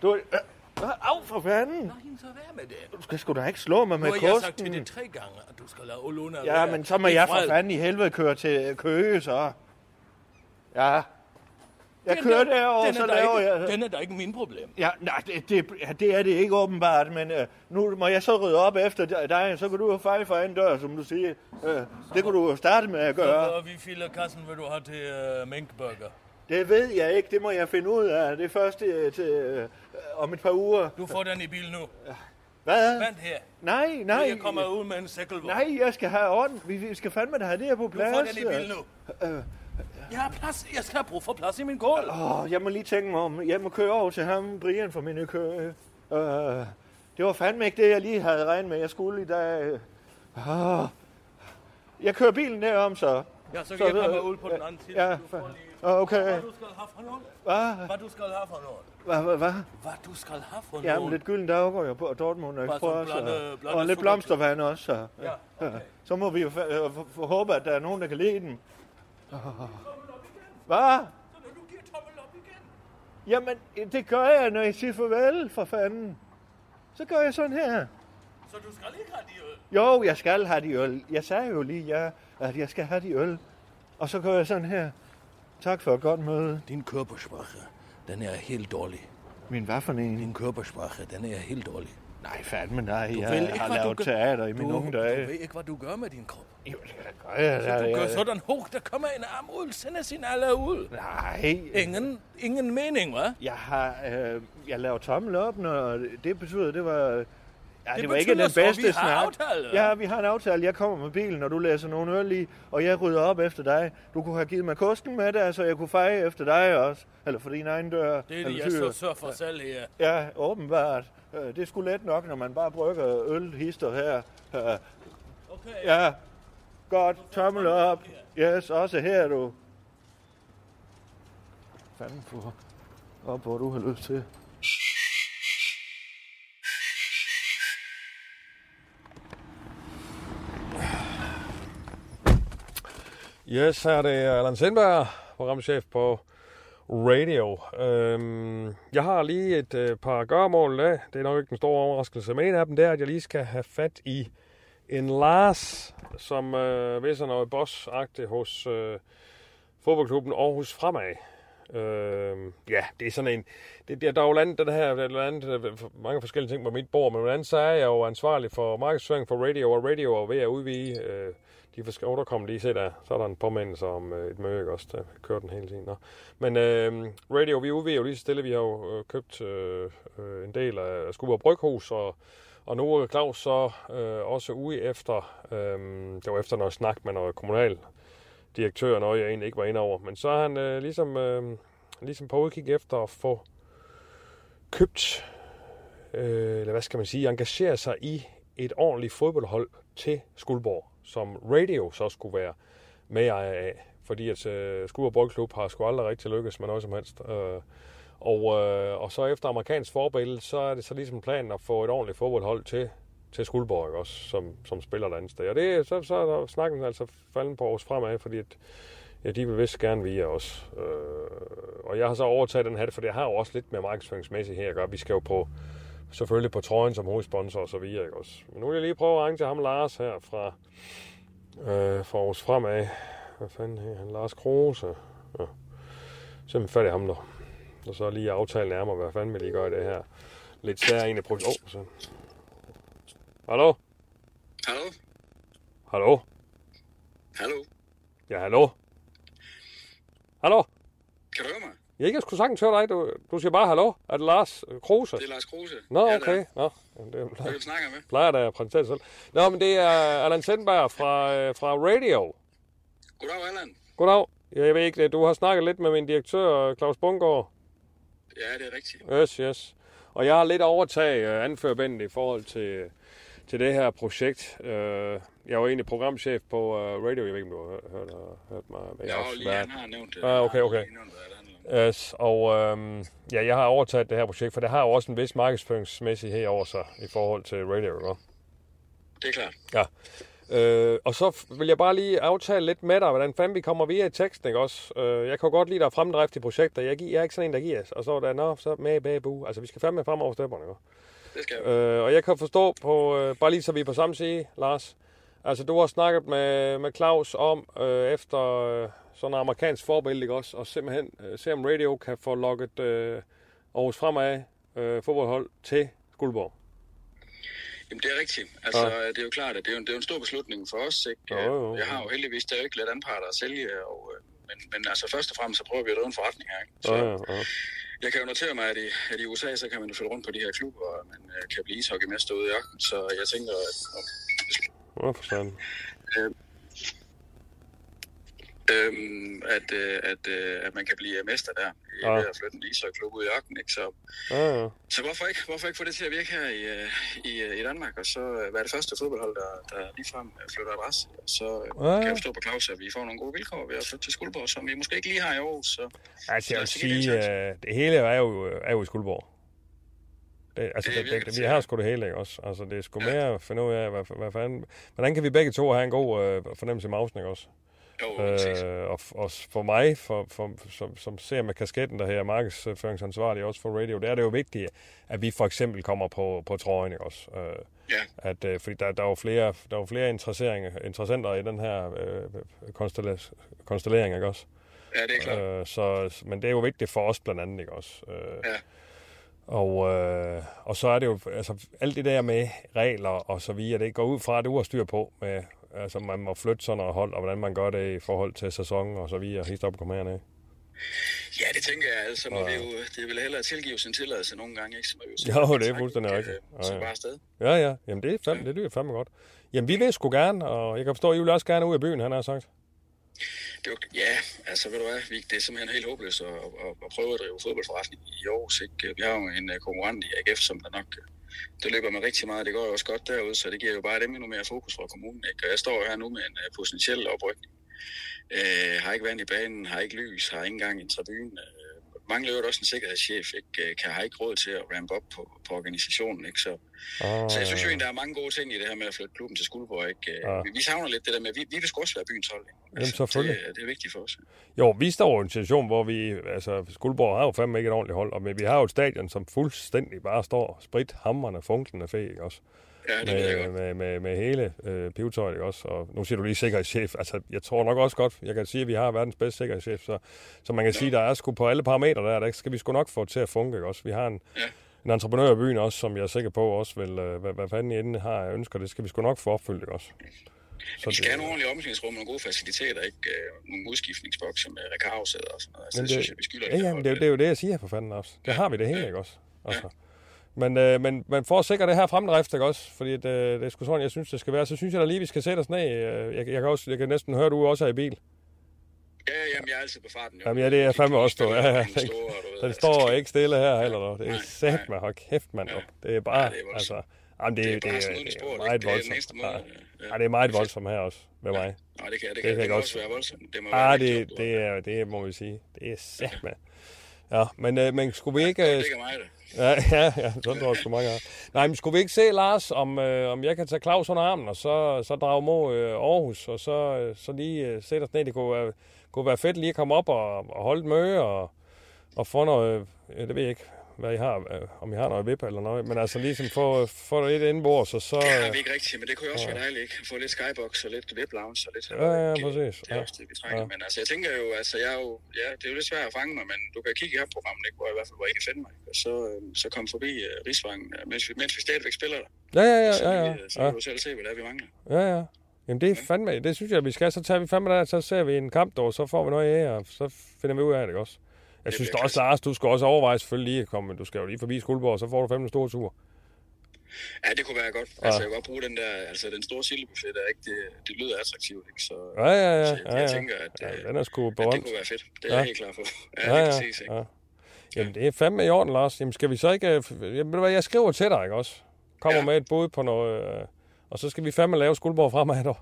Speaker 6: skal... Du... Au, for fanden!
Speaker 10: Jamen, så vær med det.
Speaker 6: Du skal sgu da ikke slå mig
Speaker 10: Nu
Speaker 6: med
Speaker 10: har jeg sagt til
Speaker 6: kosten.
Speaker 10: det tre gange, at du skal lade Alona
Speaker 6: Ja,
Speaker 10: være.
Speaker 6: men så må
Speaker 10: Det er
Speaker 6: jeg for
Speaker 10: vrøvl.
Speaker 6: fanden i helvede køre til Køge, så. Ja. Jeg
Speaker 10: Den
Speaker 6: kører
Speaker 10: der- den
Speaker 6: derover,
Speaker 10: er
Speaker 6: så
Speaker 10: der
Speaker 6: laver
Speaker 10: ikke,
Speaker 6: jeg...
Speaker 10: Den er da ikke min problem.
Speaker 6: Ja, nej, det, det, ja, det er det ikke åbenbart, men øh, nu må jeg så rydde op efter dig, så kan du jo fejle for en dør, som du siger. Øh, det kunne du jo starte med at gøre.
Speaker 10: Så vi filer kassen, vil du have til uh, minkburger.
Speaker 6: Det ved jeg ikke, det må jeg finde ud af. Det første øh, til, øh, om et par uger.
Speaker 10: Du får den i bilen nu.
Speaker 6: Hvad?
Speaker 10: Vent her.
Speaker 6: Nej,
Speaker 10: Nej.
Speaker 6: nej.
Speaker 10: Jeg kommer ud med en sækkelvogn.
Speaker 6: Nej, jeg skal have orden. Vi, vi skal fandme da have det her på
Speaker 10: Du får den
Speaker 6: plads.
Speaker 10: i bilen nu.
Speaker 6: Øh,
Speaker 10: Jeg har plads. Jeg skal have brug for plads i min gård.
Speaker 6: Åh, jeg må lige tænke mig om. Jeg må køre over til ham, Brian, for min kø. Øh, det var fandme ikke det, jeg lige havde regnet med, jeg skulle i dag. øh, Åh. Jeg kører bilen derom, så.
Speaker 10: Ja, så kan jeg komme ud på den anden side.
Speaker 6: Ja,
Speaker 10: Du får lige-
Speaker 6: Åh, okay.
Speaker 10: Hvad du skal have for noget?
Speaker 6: Hvad?
Speaker 10: Hvad du skal have for noget?
Speaker 6: Hvad? Hvad? Hvad?
Speaker 10: Hvad du skal have for noget?
Speaker 6: Jamen, lidt gylden daggår jeg på Dortmund og
Speaker 10: Bare
Speaker 6: Express.
Speaker 10: sådan blonde-
Speaker 6: og-
Speaker 10: blonde
Speaker 6: og lidt
Speaker 10: sukker-
Speaker 6: blomstervand også. Så.
Speaker 10: Ja, okay.
Speaker 6: så må vi jo fa- øh, f- f- håbe, at der er nogen, der kan lide den. Hvad?
Speaker 10: Så vil du give tommel op igen.
Speaker 6: Jamen, øh, det gør jeg, når jeg siger farvel, for fanden. Så gør jeg sådan her.
Speaker 10: Så du skal ikke have de øl.
Speaker 6: Jo, jeg skal have de øl. Jeg sagde jo lige, ja, at jeg skal have de øl. Og så gør jeg sådan her. Tak for et godt møde.
Speaker 10: Din købersprache, den er helt dårlig.
Speaker 6: Min hvad for en?
Speaker 10: Din købersprache, den er helt dårlig.
Speaker 6: Nej, fandme nej. Jeg
Speaker 10: ved
Speaker 6: har
Speaker 10: hvad du
Speaker 6: lavet
Speaker 10: gør-
Speaker 6: teater i mine
Speaker 10: du,
Speaker 6: unge
Speaker 10: Du
Speaker 6: dage.
Speaker 10: ved ikke, hvad du gør med din krop.
Speaker 6: Jo, det gør jeg da.
Speaker 10: Du gør
Speaker 6: jeg-
Speaker 10: sådan, hov, der kommer en arm ud, sender sin alder ud.
Speaker 6: Nej.
Speaker 10: Ingen, ingen mening, hva'?
Speaker 6: Jeg har, øh, jeg laver tommel op, når det betyder, det var... Ja, det, det var
Speaker 10: betyder
Speaker 6: ikke den
Speaker 10: så, at
Speaker 6: bedste
Speaker 10: vi har
Speaker 6: snak.
Speaker 10: aftale.
Speaker 6: Ja, vi har en aftale. Jeg kommer med bilen, og du læser nogle øl i, og jeg rydder op efter dig. Du kunne have givet mig kosten med det, så jeg kunne feje efter dig også. Eller for din egen dør.
Speaker 10: Det er det,
Speaker 6: eller
Speaker 10: jeg
Speaker 6: fyr.
Speaker 10: så sørger for selv her.
Speaker 6: Ja, åbenbart. Øh, Det skulle let nok, når man bare brygger ølhister her. Øh,
Speaker 10: Okay.
Speaker 6: Ja, godt. Tommel op. Yes, også her, du. Fanden for op, hvor du har lyst til.
Speaker 3: Yes, her er det Allan Sindberg, programchef på Radio. Øhm, jeg har lige et øh, par gørmål i dag. Det er nok ikke den store overraskelse, men en af dem det er, at jeg lige skal have fat i en Lars, som øh, vist er noget boss hos øh, fodboldklubben Aarhus Fremad. Øh, ja, det er sådan en... Det, det, der er jo andet, den her, der er blandt andet, øh, mange forskellige ting på mit bord, men blandt andet så er jeg jo ansvarlig for markedsføring for radio, og radio er ved at udvide... Øh, de forskellige... Oh, der kom lige, se der. Så er der en påmindelse om øh, et møde, ikke også? Der kører den hele tiden. Nå. Men øh, radio, vi udvider jo lige så stille. Vi har jo øh, købt øh, øh, en del af Skubber Bryghus, og, og nu er Claus øhm, så øh, også ude efter... Øh, det var efter noget snak med noget kommunal direktør, noget jeg egentlig ikke var inde over. Men så er han øh, ligesom, øh, ligesom på udkig efter at få købt, øh, eller hvad skal man sige, engagere sig i et ordentligt fodboldhold til Skuldborg, som Radio så skulle være medejer af. Fordi at øh, Skuldborg Boldklub har sgu aldrig rigtig lykkes med noget som helst. Øh, og, øh, og så efter amerikansk forbillede, så er det så ligesom planen at få et ordentligt fodboldhold til, til Skuldborg ikke også, som, som spiller et andet sted. Og det, så, så er der snakken altså falden på os fremad, fordi at, ja, de vil vist gerne via os. Øh, og jeg har så overtaget den hat, for det har jo også lidt med markedsføringsmæssigt her at gøre. Vi skal jo på, selvfølgelig på trøjen som hovedsponsor og så videre. Ikke også? Men nu vil jeg lige prøve at ringe til ham Lars her fra, øh, fra Aarhus Fremad. Hvad fanden her? Han Lars Kruse. Ja. Simpelthen fat i ham der. Og så lige aftale nærmere, hvad fanden vi lige gør i det her. Lidt svært egentlig prøve. Oh, så. Hallo?
Speaker 4: Hallo?
Speaker 3: Hallo?
Speaker 4: Hallo?
Speaker 3: Ja, hallo? Hallo?
Speaker 4: Kan du høre mig?
Speaker 3: Ja, jeg skulle sagtens høre dig. Du, du siger bare hallo. Er det Lars øh, Kruse?
Speaker 4: Det er Lars Kruse.
Speaker 3: Nå,
Speaker 4: Ja, det er
Speaker 3: okay.
Speaker 4: det.
Speaker 3: Nå, jamen, det er,
Speaker 4: Hvem snakker jeg med?
Speaker 3: plejer da at præsentere selv. Nå, men det er Allan Sendberg fra, øh, fra Radio.
Speaker 4: Goddag, Allan.
Speaker 3: Goddag. Ja, Jeg ved ikke, øh, du har snakket lidt med min direktør, øh, Claus Bungård.
Speaker 4: Ja, det er rigtigt.
Speaker 3: Yes, yes. Og jeg har lidt overtaget øh, anførbændet i forhold til, øh, til det her projekt. Øh, Jeg var egentlig programchef på øh, radio, jeg ved ikke, om du har hørt, hørt, hørt mig. men jeg
Speaker 4: Jo,
Speaker 3: har også
Speaker 4: lige, han
Speaker 3: været-
Speaker 4: har nævnt det.
Speaker 3: Ah, okay, okay. Yes, og øhm, ja, jeg har overtaget det her projekt, for det har jo også en vis markedsføringsmæssighed over sig i forhold til radio, ikke?
Speaker 4: Det er klart.
Speaker 3: Ja. Øh, og så f- vil jeg bare lige aftale lidt med dig, hvordan fanden vi kommer via i teksten, ikke også? Øh, jeg kan jo godt lide, at der er fremdrift i projekter. Jeg, gi- jeg er ikke sådan en, der giver os. Og så er der, nå, så med bag bu. Altså, vi skal fandme frem over stepperne, ikke?
Speaker 4: Det skal
Speaker 3: øh, Og jeg kan forstå på, øh, bare lige så vi er på samme side, Lars. Altså, du har snakket med, med Claus om, øh, efter øh, sådan en amerikansk forbillede, ikke også? Og simpelthen øh, se, om radio kan få lukket øh, Aarhus Fremad øh, fodboldhold til Skuldborg.
Speaker 4: Jamen, det er rigtigt. Altså,
Speaker 3: Ja.
Speaker 4: ja. det er jo klart, at det er jo, en, det er jo en stor beslutning for os, ikke?
Speaker 3: Ah. Jo, jo, jo.
Speaker 4: Jeg har jo heldigvis stadigvæk lidt anparter at sælge, og, øh, men, men altså, først og fremmest, så prøver vi at drive en forretning her, ikke? Så,
Speaker 3: Ah, Ja, ja, ja.
Speaker 4: Jeg kan jo notere mig, at i, at i USA, så kan man jo flytte rundt på de her klubber, og man øh, kan blive ishockeymester ude i ørkenen, så jeg tænker, at... at
Speaker 3: Nå, for fanden.
Speaker 4: Øhm, Øhm, at, øh, at, øh, at man kan blive mester der, ja.
Speaker 3: Ja.
Speaker 4: ved at flytte en ishockeyklub ud i ørkenen, ikke? Så,
Speaker 3: Ja, ja.
Speaker 4: så hvorfor, ikke, hvorfor ikke få det til at virke her i, øh, i, øh, i Danmark, og så øh, være det første fodboldhold, der, der ligefrem øh, flytter adresse, og så øh,
Speaker 3: Ja.
Speaker 4: kan jeg forstå på Claus, at vi får nogle gode vilkår ved at flytte til Skuldborg, som vi måske ikke lige har i Aarhus, så
Speaker 3: Altså, jeg vil
Speaker 4: Så det er
Speaker 3: sige, øh, det hele er jo, er jo i Skuldborg. Det, altså,
Speaker 4: Det
Speaker 3: det,
Speaker 4: virker
Speaker 3: det, det,
Speaker 4: til,
Speaker 3: vi har sgu det hele, ikke også? Altså, det er sgu mere at finde ud af, hvad, hvad fanden... Hvordan kan vi begge to have en god øh, fornemmelse i mausen, ikke også?
Speaker 4: Jo,
Speaker 3: øh, og, f- og s- for mig, for, for, som, som ser med kasketten, der her er markedsføringsansvarlig også for radio, der er det jo vigtigt, at vi for eksempel kommer på, på trøjen, ikke også? Øh,
Speaker 4: ja.
Speaker 3: at, øh, fordi der, der er jo flere, der er jo flere interesseringer, interessenter i den her øh, konstella- konstellering, ikke også?
Speaker 4: Ja, det er klart.
Speaker 3: Øh, så, så- men det er jo vigtigt for os blandt andet, ikke også? Øh, ja. Og, øh, og så er det jo, altså alt det der med regler og så videre, det går ud fra, at du har styr på med, altså man må flytte sådan noget hold, og hvordan man gør det i forhold til sæsonen og så videre, helt op kommer hernede.
Speaker 4: Ja, det tænker jeg. Altså, må
Speaker 3: Ja.
Speaker 4: ja. vi jo, det er vel hellere tilgive sin tilladelse nogle gange, ikke? Så må vi jo sige,
Speaker 3: Jo, det er
Speaker 4: tak,
Speaker 3: fuldstændig
Speaker 4: øh,
Speaker 3: rigtigt.
Speaker 4: Så
Speaker 3: ja.
Speaker 4: bare afsted.
Speaker 3: Ja, ja. Jamen, det, er fandme, det lyder fandme godt. Jamen, vi vil sgu gerne, og jeg kan forstå, at I vil også gerne ud af byen, han har sagt.
Speaker 4: Det var, ja, altså ved du hvad, vi, det er simpelthen helt håbløst at, at, at prøve at drive fodboldforretning i Aarhus. Ikke? Vi har jo en øh, konkurrent i AGF, som der nok, øh, det løber med rigtig meget, det går jo også godt derude, så det giver jo bare dem endnu mere fokus fra kommunen. Ikke? Og jeg står jo her nu med en øh, potentiel oprykning. Øh, har ikke vand i banen, har ikke lys, har ikke engang en tribune. Øh, mangler jo også en sikkerhedschef, ikke? Øh, Kan, har ikke råd til at rampe op på, på organisationen. Ikke? Så,
Speaker 3: Ah,
Speaker 4: så jeg synes jo egentlig, der er mange gode ting i det her med at flytte klubben til Skuldborg. Ikke? Øh,
Speaker 3: Ja.
Speaker 4: Vi, vi savner lidt det der med, at vi, vi vil sgu også være byens hold. Ikke? Altså,
Speaker 3: Jamen, selvfølgelig.
Speaker 4: Det, det er vigtigt for os.
Speaker 3: Jo, vi står jo i en situation, hvor vi, altså Skuldborg har jo fandme ikke et ordentligt hold, og men vi har jo et stadion, som fuldstændig bare står sprit, hamrende, funklende fæ, ikke også?
Speaker 4: Ja, det ved jeg
Speaker 3: med, med, med, med hele øh, pivetøjet, ikke også? Og nu siger du lige sikkerhedschef. Altså, jeg tror nok også godt, jeg kan sige, at vi har verdens bedste sikkerhedschef, så, så man kan ja. sige, der er sgu på alle parametre der, der skal vi sgu nok få til at funke, ikke også? Vi har en, ja. en entreprenør i byen også, som jeg er sikker på også vil, øh, hvad, hvad fanden I inden har af ønsker, det skal vi sgu nok få opfyldt, ikke også?
Speaker 4: Så vi skal have nogle ordentlige omklædningsrum og gode faciliteter, ikke øh, nogle udskiftningsbokser med rekavsæder og sådan noget. Altså,
Speaker 3: Men
Speaker 4: det, det, synes jeg, vi skylder
Speaker 3: ja,
Speaker 4: det.
Speaker 3: jamen, det, er jo- det er jo det, jeg siger for fanden også. Det har vi det hele, ikke også? Altså. Men, øh, men, men for at sikre det her fremdrift, ikke også? Fordi det, Øh, det er sgu sådan, jeg synes, det skal være. Så synes jeg da lige, vi skal sætte os ned. Øh, Jeg, jeg, kan, også, jeg kan næsten høre, at du også er i bil.
Speaker 4: Ja, jamen, jeg er altid på farten. Jo.
Speaker 3: Jamen ja, det er fandme også stået. Ja, ja,
Speaker 4: Den
Speaker 3: det,
Speaker 4: store, du ved, Altså,
Speaker 3: den står ikke stille her heller, dog. Det er sæt med, hold kæft, mand. dog. Det er bare, altså... Jamen, det, det, det,
Speaker 4: bare
Speaker 3: det,
Speaker 4: sådan uden
Speaker 3: er
Speaker 4: spor, ikke?
Speaker 3: meget
Speaker 4: Det er den
Speaker 3: voldsomt.
Speaker 4: eneste
Speaker 3: Ja,
Speaker 4: måde,
Speaker 3: Ja, det er meget voldsomt her også, med mig.
Speaker 4: Nej, det kan- det kan- det må
Speaker 3: godt-
Speaker 4: også være voldsomt. Det må
Speaker 3: Ja,
Speaker 4: være rigtig
Speaker 3: det, det, er, det må vi sige. Det er sæt med. Ja, men, øh, men skulle vi ikke... Øh,
Speaker 4: det kan mig,
Speaker 3: ja, ja, ja, sådan tror jeg sgu mange gange. Nej, men skulle vi ikke se, Lars, om, øh, om jeg kan tage Claus under armen, og så, så drage mod øh, Aarhus, og så, øh, så lige øh, sætte os ned. Det kunne være, kunne være fedt lige at komme op og, og holde et møde, og, og få noget... Øh, ja, det ved jeg ikke, hvad I har, øh, om I har noget vip eller noget, men altså ligesom få, få lidt indenbords, og så...
Speaker 4: Det har
Speaker 3: øh,
Speaker 4: vi ikke rigtigt, men det kunne jo også
Speaker 3: ja.
Speaker 4: være dejligt, ikke? Få lidt skybox og lidt web lounge og lidt...
Speaker 3: Ja, ja,
Speaker 4: lidt, øh,
Speaker 3: præcis.
Speaker 4: Det er
Speaker 3: Ja.
Speaker 4: også det, vi trænger.
Speaker 3: Ja.
Speaker 4: Men altså, jeg tænker jo, altså, jeg er jo... Ja, det er jo lidt svært at fange mig, men du kan kigge i her programmet, ikke? Hvor jeg i hvert fald, hvor I kan finde mig. ikke? Og så, øh, så kom forbi øh, Rigsvangen, øh, mens vi, mens vi stadigvæk spiller der.
Speaker 3: Ja, ja, ja,
Speaker 4: Og så,
Speaker 3: ja,
Speaker 4: kan
Speaker 3: ja,
Speaker 4: vi, øh, Så
Speaker 3: ja.
Speaker 4: kan du selv se, hvad det er, vi mangler.
Speaker 3: Ja, ja. Jamen det er fandme, det synes jeg, vi skal. Så tager vi fandme der, så ser vi en kamp dog, så får vi noget af, og så finder vi ud af det ikke også. Jeg synes da også, Lars, du skal også overveje selvfølgelig lige at komme, men du skal jo lige forbi Skuldborg, og så får du fandme en stor tur.
Speaker 4: Ja, det kunne være godt.
Speaker 3: Ja.
Speaker 4: Altså, jeg kunne godt bruge den der... Altså, den store sildebuffet, der er ikke... Det, det lyder attraktivt, ikke? Så,
Speaker 3: Ja, ja, ja.
Speaker 4: Så jeg,
Speaker 3: ja, ja.
Speaker 4: jeg tænker, at... øh,
Speaker 3: ja, den er sgu
Speaker 4: at
Speaker 3: berømt.
Speaker 4: det kunne være fedt. Det er jeg helt klar på. Ja,
Speaker 3: Ja,
Speaker 4: lige
Speaker 3: ja,
Speaker 4: præcis, ikke?
Speaker 3: ja. Jamen, det er fandme i orden, Lars. Jamen, skal vi så ikke... øh, f- Jamen, ved du hvad, jeg skriver til dig, ikke også? Kommer med et bud på noget... øh, Og så skal vi fandme lave Skuldborg fremad, dog.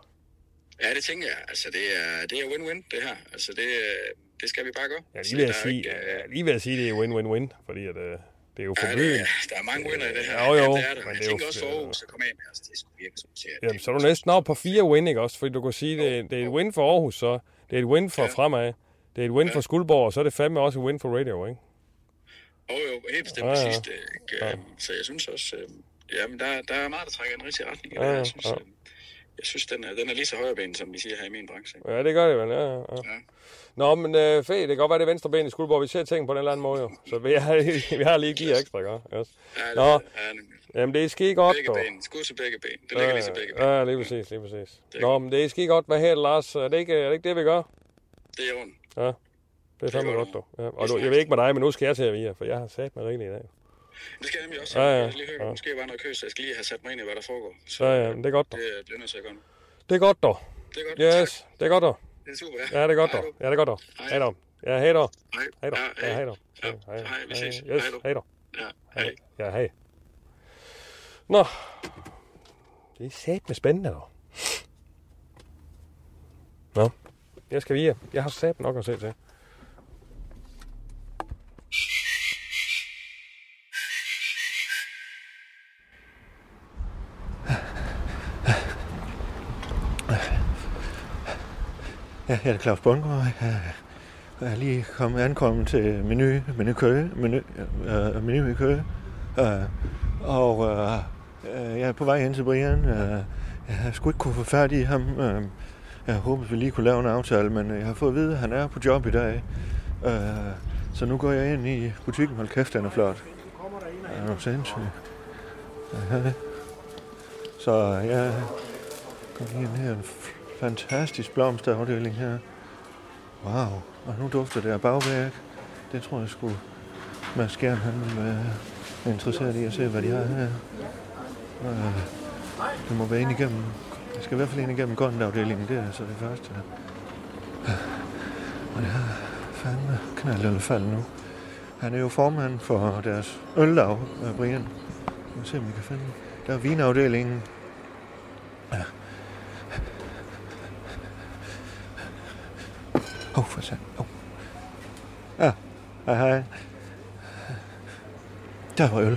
Speaker 4: Ja, det tænker jeg. Altså, det er, det er win-win, det her. Altså, det, øh, det skal vi bare gøre.
Speaker 3: Jeg er
Speaker 4: Så
Speaker 3: lige ved at
Speaker 4: der er
Speaker 3: sige,
Speaker 4: ikke, øh,
Speaker 3: jeg er lige ved at sige, det er win-win-win, fordi at, øh, det er jo for
Speaker 4: Ja,
Speaker 3: byen.
Speaker 4: det, der er mange winner i det her.
Speaker 3: Jo, jo,
Speaker 4: Ja, det er der.
Speaker 3: men
Speaker 4: Men
Speaker 3: det
Speaker 4: jeg
Speaker 3: er jo
Speaker 4: tænker også for
Speaker 3: fedt,
Speaker 4: Aarhus at komme af med. Altså, det skulle virke som siger.
Speaker 3: Jamen, så er du næsten oppe på fire win, ikke også? Fordi du kan sige, det, det er et win for Aarhus, så det er et win for fremad, det er et win for Skuldborg, og så er det fandme også et win for radio, ikke?
Speaker 4: Jo, jo, helt bestemt
Speaker 3: Ja,
Speaker 4: ja,
Speaker 3: ja.
Speaker 4: ja. sidst. øh, Ikke? Ja. Så jeg synes også, øh, jamen, der, der er meget, der trækker i den rigtige retning.
Speaker 3: Ja,
Speaker 4: Ja, jeg synes,
Speaker 3: ja.
Speaker 4: øh, jeg synes den, er, den er lige så højrebenet, som vi siger her i min branche. ikke?
Speaker 3: Ja, det gør det vel, ja, ja. ja. Nå, men øh, fedt, det kan godt være, det er venstre ben i Skuldborg, vi ser ting på den eller anden måde, jo. Så vi har, vi har lige et gear ekstra, ikke? også?
Speaker 4: det
Speaker 3: Nå,
Speaker 4: er det. Ja, nemlig.
Speaker 3: jamen det er skide godt,
Speaker 4: Begge
Speaker 3: dog.
Speaker 4: ben. Skud til begge ben. Det ligger lige til begge ben.
Speaker 3: Ja, lige præcis, lige præcis. Nå, men det er skide godt. Hvad her, Lars? Er det ikke, er det, ikke det, vi gør?
Speaker 4: Det er rundt.
Speaker 3: Ja, det er fandme godt, dog. Ja. Og du, jeg ved ikke med dig, men nu skal jeg til at vire, for jeg har sat mig rigeligt i dag.
Speaker 4: Det skal jeg nemlig også.
Speaker 3: Ja,
Speaker 4: Ja,
Speaker 3: ja,
Speaker 4: ja. Jeg skal lige høre,
Speaker 3: ja.
Speaker 4: ja. måske var noget kø, så jeg skal lige have sat mig ind i, hvad der foregår.
Speaker 3: Ja, ja, men det er godt, dog.
Speaker 4: Det bliver nødt til at gøre nu.
Speaker 3: Det er godt, dog.
Speaker 4: Det er godt.
Speaker 3: Yes, det er godt, dog.
Speaker 4: Det er super,
Speaker 3: ja.
Speaker 4: ja.
Speaker 3: det er godt,
Speaker 4: Hej,
Speaker 3: dog.
Speaker 4: du.
Speaker 3: Ja, det er godt, dog.
Speaker 4: Hej.
Speaker 3: Hej, dog. Ja, hej, dog.
Speaker 4: Hej.
Speaker 3: Hej, dog.
Speaker 4: Ja,
Speaker 3: Ja,
Speaker 4: hej.
Speaker 3: hej, dog. Ja,
Speaker 4: hej, vi ses.
Speaker 3: Yes,
Speaker 4: Hej, du.
Speaker 3: hej, dog.
Speaker 4: Ja,
Speaker 3: hej. Ja, hej. Nå. Det er sat med spændende, dog. Nå. Jeg skal vire. Jeg har sat nok at se til.
Speaker 6: Ja, jeg er Claus Bundgaard. Jeg er- Jeg er lige kommet ankommet til menu, menu Køge, menu, øh, menu i Køge. Øh, og øh, øh, jeg er på vej hen til Brian. Øh, jeg har sgu ikke kunne få fat i ham. Øh, jeg håber, vi lige kunne lave en aftale, men jeg har fået at vide, at han er på job i dag. Øh, så nu går jeg ind i butikken. Hold kæft, den er flot. Den er jo sindssyg. Ja. Så jeg kom lige ind her. En f- fantastisk blomsterafdeling her. Wow. Og nu dufter det af bagværk. Det tror jeg skulle Mads Skjern, han vil være interesseret i at se, hvad de har her. Øh, det må være ind igennem... Jeg skal i hvert fald ind igennem grøntafdelingen. Det er altså det første. Og det har fandme knald eller fald nu. Han er jo formand for deres øldag, øh, Brian. Vi må se, om vi kan finde Der er vinafdelingen. Åh, oh, for satan. Oh. Ja, hej hej. Der var øl.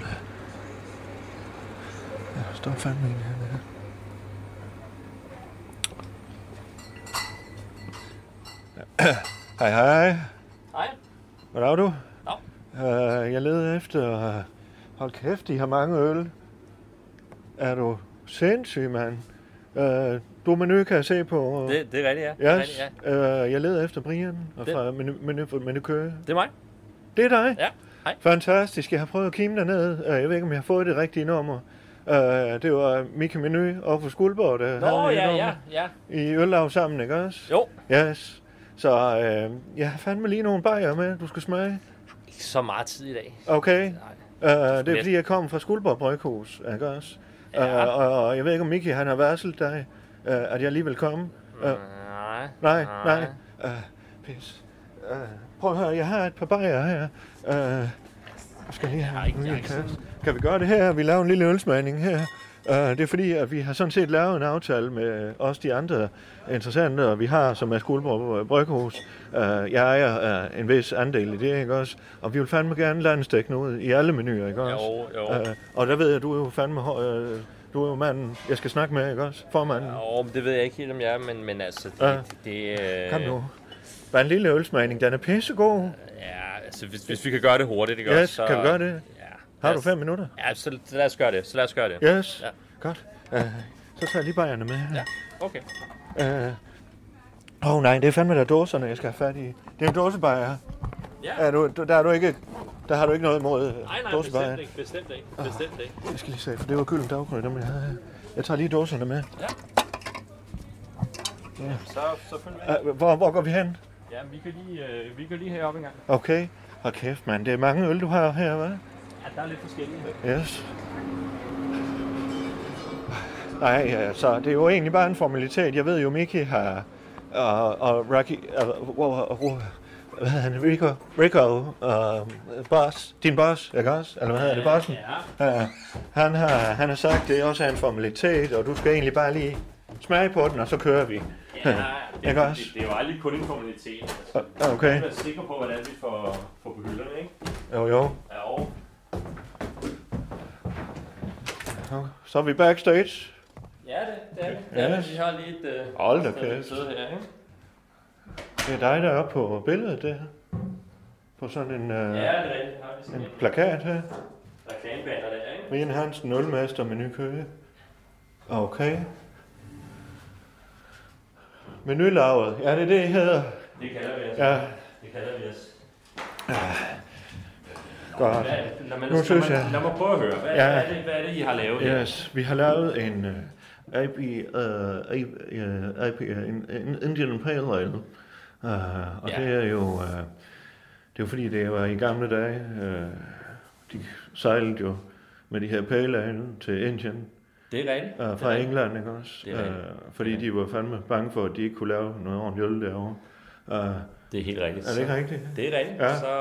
Speaker 6: Ja, der står fandme en her. Ja. hej hej.
Speaker 11: Hej.
Speaker 6: Hvad laver du?
Speaker 11: Nå.
Speaker 6: Uh, jeg leder efter... Hold kæft, de har mange øl. Er du sindssyg, mand? Uh, du menu kan jeg se på. øh,
Speaker 1: Det- det er rigtigt, ja.
Speaker 6: Yes.
Speaker 1: Det er rigtigt,
Speaker 6: ja. Uh, jeg leder efter Brian og
Speaker 1: Det-
Speaker 6: fra menu, menu, menu Køge.
Speaker 1: Det er mig.
Speaker 6: Det er dig?
Speaker 1: Ja, hej.
Speaker 6: Fantastisk. Jeg har prøvet at kime derned. Uh, jeg ved ikke, om jeg har fået det rigtige nummer. Uh, det var Mikke Menu over på Skuldborg, der
Speaker 1: Nå,
Speaker 6: havde det
Speaker 1: ja,
Speaker 6: nummer.
Speaker 1: ja, ja.
Speaker 6: I øllav sammen, ikke også?
Speaker 1: Jo.
Speaker 6: Yes. Så uh, jeg har fandme lige nogle bajer med, du skal smage.
Speaker 1: Ikke så meget tid i dag.
Speaker 6: Okay. Uh, det er
Speaker 1: lidt.
Speaker 6: fordi, jeg kom fra Skuldborg Bryghus, ikke også?
Speaker 1: Ja.
Speaker 6: Uh, og, og jeg ved ikke, om Miki øh, han har varslet dig, uh, at jeg lige vil komme. Uh,
Speaker 1: Nej.
Speaker 6: Nej, nej. Uh, Pis. Øh, prøv at høre, jeg har et par bajer her. Øh, skal lige have en lille kasse. Kan vi gøre det her? Vi laver en lille ølsmagning her. Øh, det er fordi, at vi har sådan set lavet en aftale med også de andre interessante, og vi har, som er Skuldborg Bryghus, øh, jeg ejer øh, en vis andel i det, ikke også? Og vi vil fandme gerne landstækkende ud i alle menuer, ikke også?
Speaker 1: Jo, jo.
Speaker 6: Øh, og der ved jeg, du er jo fandme... høj- Øh, du er jo manden, jeg skal snakke med, ikke også? Formanden.
Speaker 1: Åh, men det ved jeg ikke helt, om jeg er, men, men altså, det...
Speaker 6: Ja.
Speaker 1: det, det øh,
Speaker 6: Kom nu. Bare en lille ølsmagning, den er pissegod.
Speaker 1: Ja, altså, hvis, hvis vi kan gøre det hurtigt, ikke
Speaker 6: Yes,
Speaker 1: også, så...
Speaker 6: kan vi gøre det? Har du fem minutter?
Speaker 1: Ja, så, så lad os gøre det. Så lad os gøre det.
Speaker 6: Yes.
Speaker 1: Ja.
Speaker 6: Godt. Uh, så tager jeg lige bajerne med. Ja.
Speaker 1: Okay.
Speaker 6: Åh uh, oh, nej, det er fandme der dåserne, jeg skal have fat i. Det er en dåsebajer.
Speaker 1: Ja.
Speaker 6: Er du, du- der, er du ikke, der har du ikke noget imod øh,
Speaker 1: Nej, nej,
Speaker 6: dåsebageren?
Speaker 1: bestemt ikke, bestemt ikke, bestemt ikke.
Speaker 6: Jeg skal lige se, for det var gylden daggrøn, dem jeg havde her. Jeg tager lige dåserne med.
Speaker 1: Ja.
Speaker 6: Ja.
Speaker 1: Så, så følg med.
Speaker 6: Uh, hvor, hvor går vi hen?
Speaker 1: Ja, vi kan lige, øh, vi kan lige heroppe en gang.
Speaker 6: Okay. Hold kæft, mand. Det er mange øl, du har her, hva'?
Speaker 1: Ja, der er lidt forskellige.
Speaker 6: Yes. Nej, altså, det er jo egentlig bare en formalitet. Jeg ved jo, Mickey har... Og, og Rocky... Og, og, og, og, hvad hedder han? Rico? Rico? Uh, boss? Din boss, ikke også? Eller hvad hedder det? Bossen? Ja. Uh, han, har, han har sagt, det også er en formalitet, og du skal egentlig bare lige smage på den, og så kører vi.
Speaker 1: det,
Speaker 6: ikke også?
Speaker 1: Det, det, er jo aldrig kun en formalitet. Altså,
Speaker 6: Ah, okay.
Speaker 1: Vi skal være sikre på, hvordan vi får, får på hylderne, ikke?
Speaker 6: Jo, jo.
Speaker 1: Ja, og
Speaker 6: Okay. Så er vi backstage.
Speaker 1: Ja, det, det er det.
Speaker 6: Ja,
Speaker 1: Ja,
Speaker 6: det-
Speaker 1: vi har lige et... Øh,
Speaker 6: Hold da
Speaker 1: et
Speaker 6: kæft.
Speaker 1: sæde her, ikke?
Speaker 6: Det er dig, der er oppe på billedet der. På sådan en, øh,
Speaker 1: Ja, det er rigtigt. Har vi sådan
Speaker 6: en
Speaker 1: en-
Speaker 6: plakat her.
Speaker 1: Reklamebanner der, ikke?
Speaker 6: Brian Hansen, nulmester menu køge. Okay. Menularvet. Ja, det er det, I hedder.
Speaker 1: Det kalder vi os.
Speaker 6: Ja,
Speaker 1: Det kalder vi os.
Speaker 6: godt.
Speaker 1: Hvad er det? Lad mig- lad mig- lad mig prøve at høre. Hvad- hvad er det- hvad er det, I har lavet her?
Speaker 6: Yes, vi har lavet en uh, AP, uh, AP, uh, AP, uh, en, en Indian Pale Ale. Uh, og
Speaker 1: Ja.
Speaker 6: ja. det er jo... Uh, det er jo fordi, det var i gamle dage. Uh, de sejlede jo med de her pale ale til Indien.
Speaker 1: Det er rigtigt.
Speaker 6: Øh,
Speaker 1: Det er
Speaker 6: fra
Speaker 1: rigtigt.
Speaker 6: England, ikke også?
Speaker 1: Det er rigtigt.
Speaker 6: Øh, fordi de var fandme bange for, at de ikke kunne lave noget ordentligt øl derovre. Øh,
Speaker 1: Det er helt rigtigt.
Speaker 6: Er det ikke
Speaker 1: Så-
Speaker 6: rigtigt?
Speaker 1: Det er rigtigt.
Speaker 6: Ja.
Speaker 1: Ja. Så,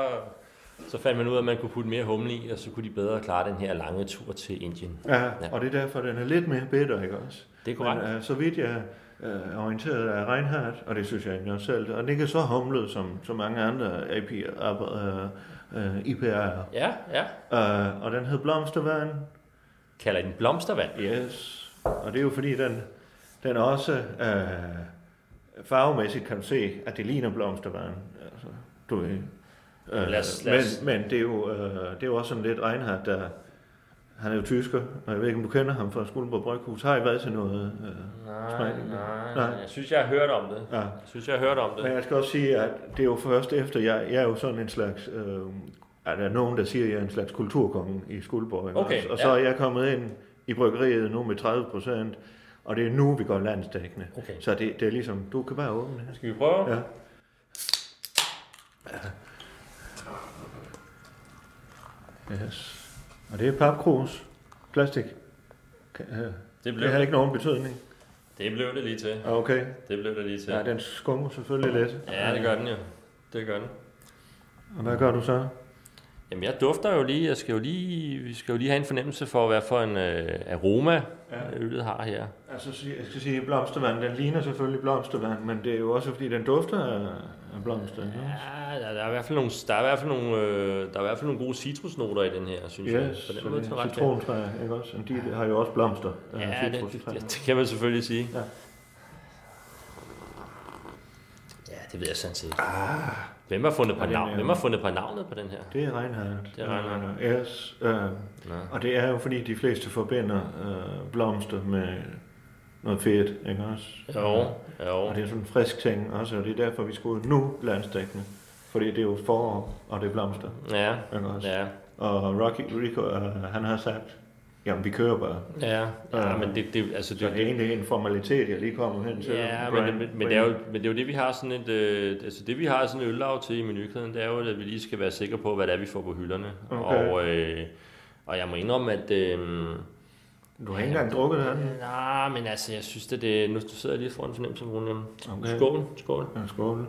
Speaker 1: så fandt man ud af, at man kunne putte mere humle i, og så kunne de bedre klare den her lange tur til Indien.
Speaker 6: Ja, og det er derfor, den er lidt mere bitter, ikke også?
Speaker 1: Det er korrekt.
Speaker 6: Men, øh, så vidt jeg øh, er orienteret af Reinhardt, og det synes jeg egentlig også selv, og den ikke er så humlet som, som mange andre AP, øh, øh, IPA'er.
Speaker 1: Ja, ja.
Speaker 6: Øh, og den hed Blomstervand.
Speaker 1: Kalder I den Blomstervand?
Speaker 6: Yes. Og det er jo fordi, den, den også øh, farvemæssigt kan du se, at det ligner blomstervand. Altså, du ved. Øh,
Speaker 1: Mm. Lad os- lad os-
Speaker 6: Men, men det, er jo, øh, det er jo også sådan lidt Reinhardt, der... Han er jo tysker, og jeg ved ikke, om du kender ham fra Skuldborg Bryghus. Har I været til noget? Øh,
Speaker 1: Nej,
Speaker 6: smagning?
Speaker 1: nej, nej. Jeg synes, jeg har hørt om det.
Speaker 6: Ja.
Speaker 1: Jeg synes, jeg har hørt om det.
Speaker 6: Men jeg skal også sige, at det er jo først efter, jeg, jeg er jo sådan en slags, øh, er der nogen, der siger, at jeg er en slags kulturkonge i Skuldborg. ikke
Speaker 1: Okay,
Speaker 6: også? og så
Speaker 1: ja.
Speaker 6: er jeg kommet ind i bryggeriet nu med 30 procent, og det er nu, vi går landstækkende.
Speaker 1: Okay.
Speaker 6: Så det, det er ligesom, du kan bare åbne.
Speaker 1: Skal vi prøve?
Speaker 6: Ja. Yes. Og det er papkrus, plastik. Kan- øh,
Speaker 1: blev
Speaker 6: det har
Speaker 1: det.
Speaker 6: ikke nogen betydning.
Speaker 1: Det blev det lige til.
Speaker 6: Okay.
Speaker 1: Det blev det lige til.
Speaker 6: Ja, den skummer selvfølgelig lidt.
Speaker 1: Ja, det gør den jo. Det gør den.
Speaker 6: Og hvad gør du så?
Speaker 1: Jamen, jeg dufter jo lige. Jeg skal jo lige, vi skal jo lige have en fornemmelse for, hvad for en øh, aroma øh, ja. øllet har her.
Speaker 6: Altså, så- jeg skal sige, blomstervand, den ligner selvfølgelig blomstervand, men det er jo også, fordi den dufter af- af blomster. Ja.
Speaker 1: Ja, der, der er i hvert fald nogle, der er i hvert fald nogle, øh, der er i hvert fald nogle gode citrusnoter i den her, synes jeg.
Speaker 6: Yes, så det er citrontræ, ikke også? Og de har jo også blomster. øh,
Speaker 1: Ja, det, det,
Speaker 6: citrustræer.
Speaker 1: det, det, kan man selvfølgelig sige.
Speaker 6: Ja.
Speaker 1: Ja, det ved jeg sådan set. Hvem har fundet på,
Speaker 6: Og den er
Speaker 1: navn,
Speaker 6: jo-
Speaker 1: hvem har fundet på navnet på den her?
Speaker 6: Det er Reinhardt.
Speaker 1: Det er Reinhardt.
Speaker 6: Øh, Yes, øh, og det er jo fordi, de fleste forbinder øh, blomster med noget fedt, ikke også?
Speaker 1: Jo, jo.
Speaker 6: Og det er sådan en frisk ting også, og det er derfor, vi skal ud nu landstækkende. Fordi det er jo forår, og det er blomster.
Speaker 1: Ja,
Speaker 6: ikke også?
Speaker 1: ja.
Speaker 6: Og Rocky Rico, øh, han har sagt, jamen vi kører bare.
Speaker 1: Ja, ja,
Speaker 6: Øh,
Speaker 1: men det- det- altså,
Speaker 6: så det er egentlig en formalitet, jeg lige kommer hen til.
Speaker 1: Ja, men,
Speaker 6: Brian-
Speaker 1: men, men, det er jo, men det er jo det, vi har sådan et, øh, altså det vi har sådan et øllav til i menukæden, det er jo, at vi lige skal være sikre på, hvad det er, vi får på hylderne.
Speaker 6: Okay.
Speaker 1: Og, øh, og jeg må indrømme, at... Øh,
Speaker 6: Du har ikke engang drukket det andet?
Speaker 1: Nej, men altså, jeg synes, at det... Nu sidder jeg lige foran fornemmelsen, Rune.
Speaker 6: Okay.
Speaker 1: Skål, skål.
Speaker 6: Ja, skål.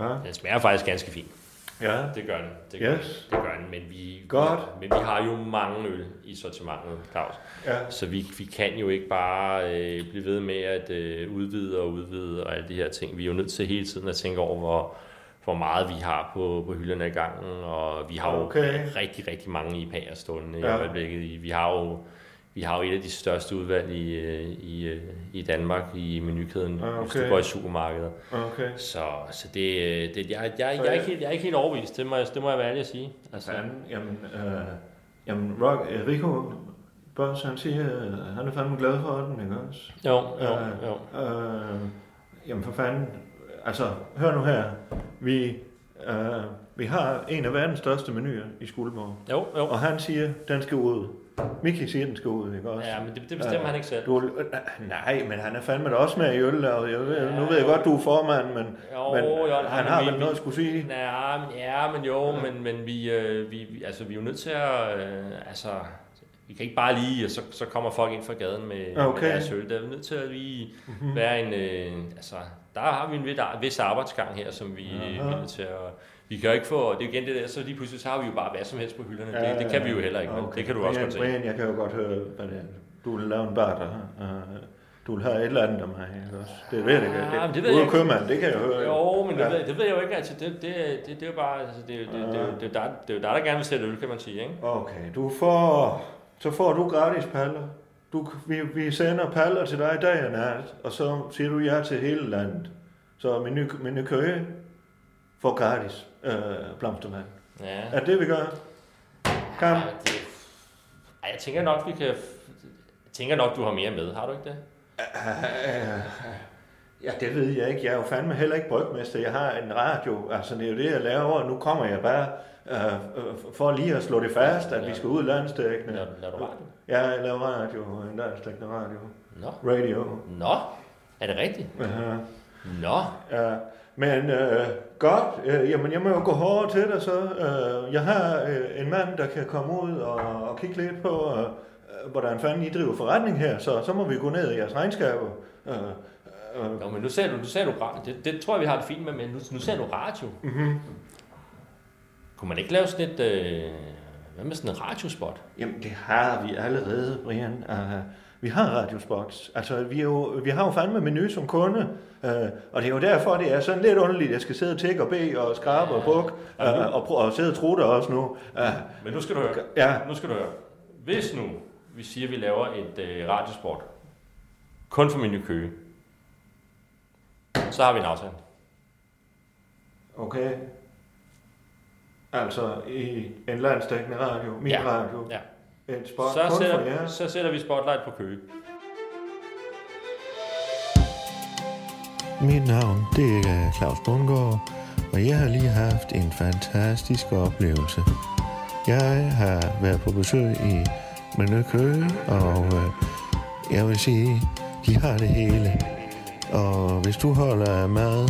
Speaker 1: Ja. Den smager Altså, faktisk ganske fint.
Speaker 6: Ja.
Speaker 1: Det gør den. Det gør,
Speaker 6: Yes.
Speaker 1: den. det gør den. Men vi,
Speaker 6: Godt.
Speaker 1: men vi har jo mange øl i sortimentet, Claus.
Speaker 6: Ja.
Speaker 1: Så vi, vi kan jo ikke bare øh, blive ved med at øh, udvide og udvide og alle de her ting. Vi er jo nødt til hele tiden at tænke over, hvor, hvor meget vi har på, på hylderne i gangen. Og vi har jo
Speaker 6: Okay.
Speaker 1: rigtig, rigtig mange IPA'er stående ja.
Speaker 6: Ja.
Speaker 1: i øjeblikket. I- Vi har jo vi har jo et af de største udvalg i, øh, i, øh, i Danmark i menukæden,
Speaker 6: Ah,
Speaker 1: hvis du
Speaker 6: okay.
Speaker 1: går i supermarkedet.
Speaker 6: Okay.
Speaker 1: Så, så det, øh, det, jeg, jeg,
Speaker 6: Så
Speaker 1: jeg, er
Speaker 6: jeg-
Speaker 1: ikke helt, jeg er ikke helt overbevist, det må, jeg, det må jeg være ærlig at sige. Altså,
Speaker 6: Fanden, jamen, øh, jamen Rock, øh, Rico Boss, han siger, øh, han er fandme glad for den, ikke også?
Speaker 1: Jo, jo,
Speaker 6: jo. Øh, jamen for fanden, altså, hør nu her. Vi, øh, vi har en af verdens største menuer i Skuldborg.
Speaker 1: Jo, jo.
Speaker 6: Og han siger, den skal ud. Miki siger, den skal ud, ikke også?
Speaker 1: Ja, men det- det bestemmer han ikke selv.
Speaker 6: Du, øh, nej, men han er fandme da også med i øl, og jeg, ved- nu ved jeg godt, du er formand, men,
Speaker 1: Jo,
Speaker 6: men
Speaker 1: jo,
Speaker 6: han
Speaker 1: men
Speaker 6: har
Speaker 1: vi-
Speaker 6: vel
Speaker 1: vi-
Speaker 6: noget at skulle sige.
Speaker 1: Ja, men, ja, men jo, men, men vi, øh, vi, vi- altså, vi er jo nødt til at... Øh, altså, vi kan ikke bare lige, og så, så kommer folk ind fra gaden med,
Speaker 6: Okay.
Speaker 1: med deres øl. Der Øh, er vi nødt til at lige
Speaker 6: Mhm.
Speaker 1: være en... Øh, altså, der har vi en vid- vis arbejdsgang her, som vi, vi
Speaker 6: Aha.
Speaker 1: er nødt til at... Vi kan jo ikke få... Det er jo igen det der, så lige pludselig så har vi jo bare hvad som helst på hylderne.
Speaker 6: Ja,
Speaker 1: det, det kan vi jo heller ikke, men
Speaker 6: okay.
Speaker 1: det kan du også
Speaker 6: Brian,
Speaker 1: godt se.
Speaker 6: Brian, jeg kan jo godt høre, hvad det er. Du vil lave en bar, der øh, du vil have et eller andet af mig, ikke også? Det ved jeg ikke.
Speaker 1: Ja, men
Speaker 6: Det,
Speaker 1: Ah, det
Speaker 6: det
Speaker 1: ved jeg
Speaker 6: Ude
Speaker 1: ikke.
Speaker 6: købmand, det kan jeg høre.
Speaker 1: Jo, men det,
Speaker 6: Ja.
Speaker 1: ved, det ved jeg jo ikke. Altså, det, det, det, det er jo bare... Altså, det, det, det, det, det, det, det, er jo dig- det er jo dig, der gerne vil sætte øl, kan man sige, ikke?
Speaker 6: Okay, du får, så får du gratis paller. Du, vi, vi sender paller til dig i dag og nat, og så siger du ja til hele landet. Så menu, menu køge får gratis øh, blomstermand.
Speaker 1: Ja.
Speaker 6: Er det det, vi gør? Kom.
Speaker 1: Ej, jeg tænker nok, vi kan... Jeg tænker nok, du har mere med. Har du ikke det?
Speaker 6: Ja, det ved jeg ikke. Jeg er jo fandme heller ikke brygmester. Jeg har en radio. Altså, det er jo det, jeg laver, og nu kommer jeg bare øh, øh, for lige at slå det fast, at vi skal ud landstækkende.
Speaker 1: Laver- laver du radio?
Speaker 6: Ja, jeg laver radio. En landstækkende radio.
Speaker 1: Nå.
Speaker 6: Radio.
Speaker 1: Nå, er det rigtigt?
Speaker 6: Aha.
Speaker 1: Nå.
Speaker 6: Ja, men øh, godt. Øh, jamen, jeg må jo gå hårdere til dig så. Øh, jeg har øh, en mand, der kan komme ud og, og kigge lidt på, øh, øh, hvordan fanden I driver forretning her, så, så må vi gå ned i jeres regnskaber. Øh,
Speaker 1: Øh. Nå, men nu sagde du, nu sagde du radio. Det, det tror jeg, vi har det fint med, men nu, nu sagde du radio.
Speaker 6: Mhm.
Speaker 1: Kunne man ikke lave sådan et... Øh, hvad med sådan en radiospot?
Speaker 6: Jamen, det har vi allerede, Brian. Uh, vi har Radiospots. Altså, vi, er jo, vi har jo fandme menu som kunde, uh, og det er jo derfor, det er sådan lidt underligt, at jeg skal sidde og tække og bede og skrabe og bukke, uh, og, prø- og sidde og trutte også nu. Uh,
Speaker 1: Men nu skal du høre.
Speaker 6: Ja.
Speaker 1: Nu skal du høre. Hvis nu vi siger, at vi laver et øh, radiospot, kun for Menu Køge, så har vi en aftale.
Speaker 6: Okay. Altså, i en landstækkende radio, min
Speaker 1: Ja.
Speaker 6: radio.
Speaker 1: Ja.
Speaker 6: Et spot
Speaker 1: så,
Speaker 6: kun for jer.
Speaker 1: sætter, så sætter vi spotlight på Køge.
Speaker 12: Mit navn, det er Claus Bundgaard, og jeg har lige haft en fantastisk oplevelse. Jeg har været på besøg i Mønnekøge, og øh, jeg vil sige, de har det hele. Og hvis du holder af mad,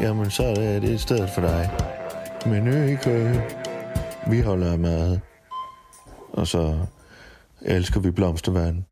Speaker 12: jamen så er det et sted for dig. Menu i Køge, vi holder af mad. Og så elsker vi blomstervand.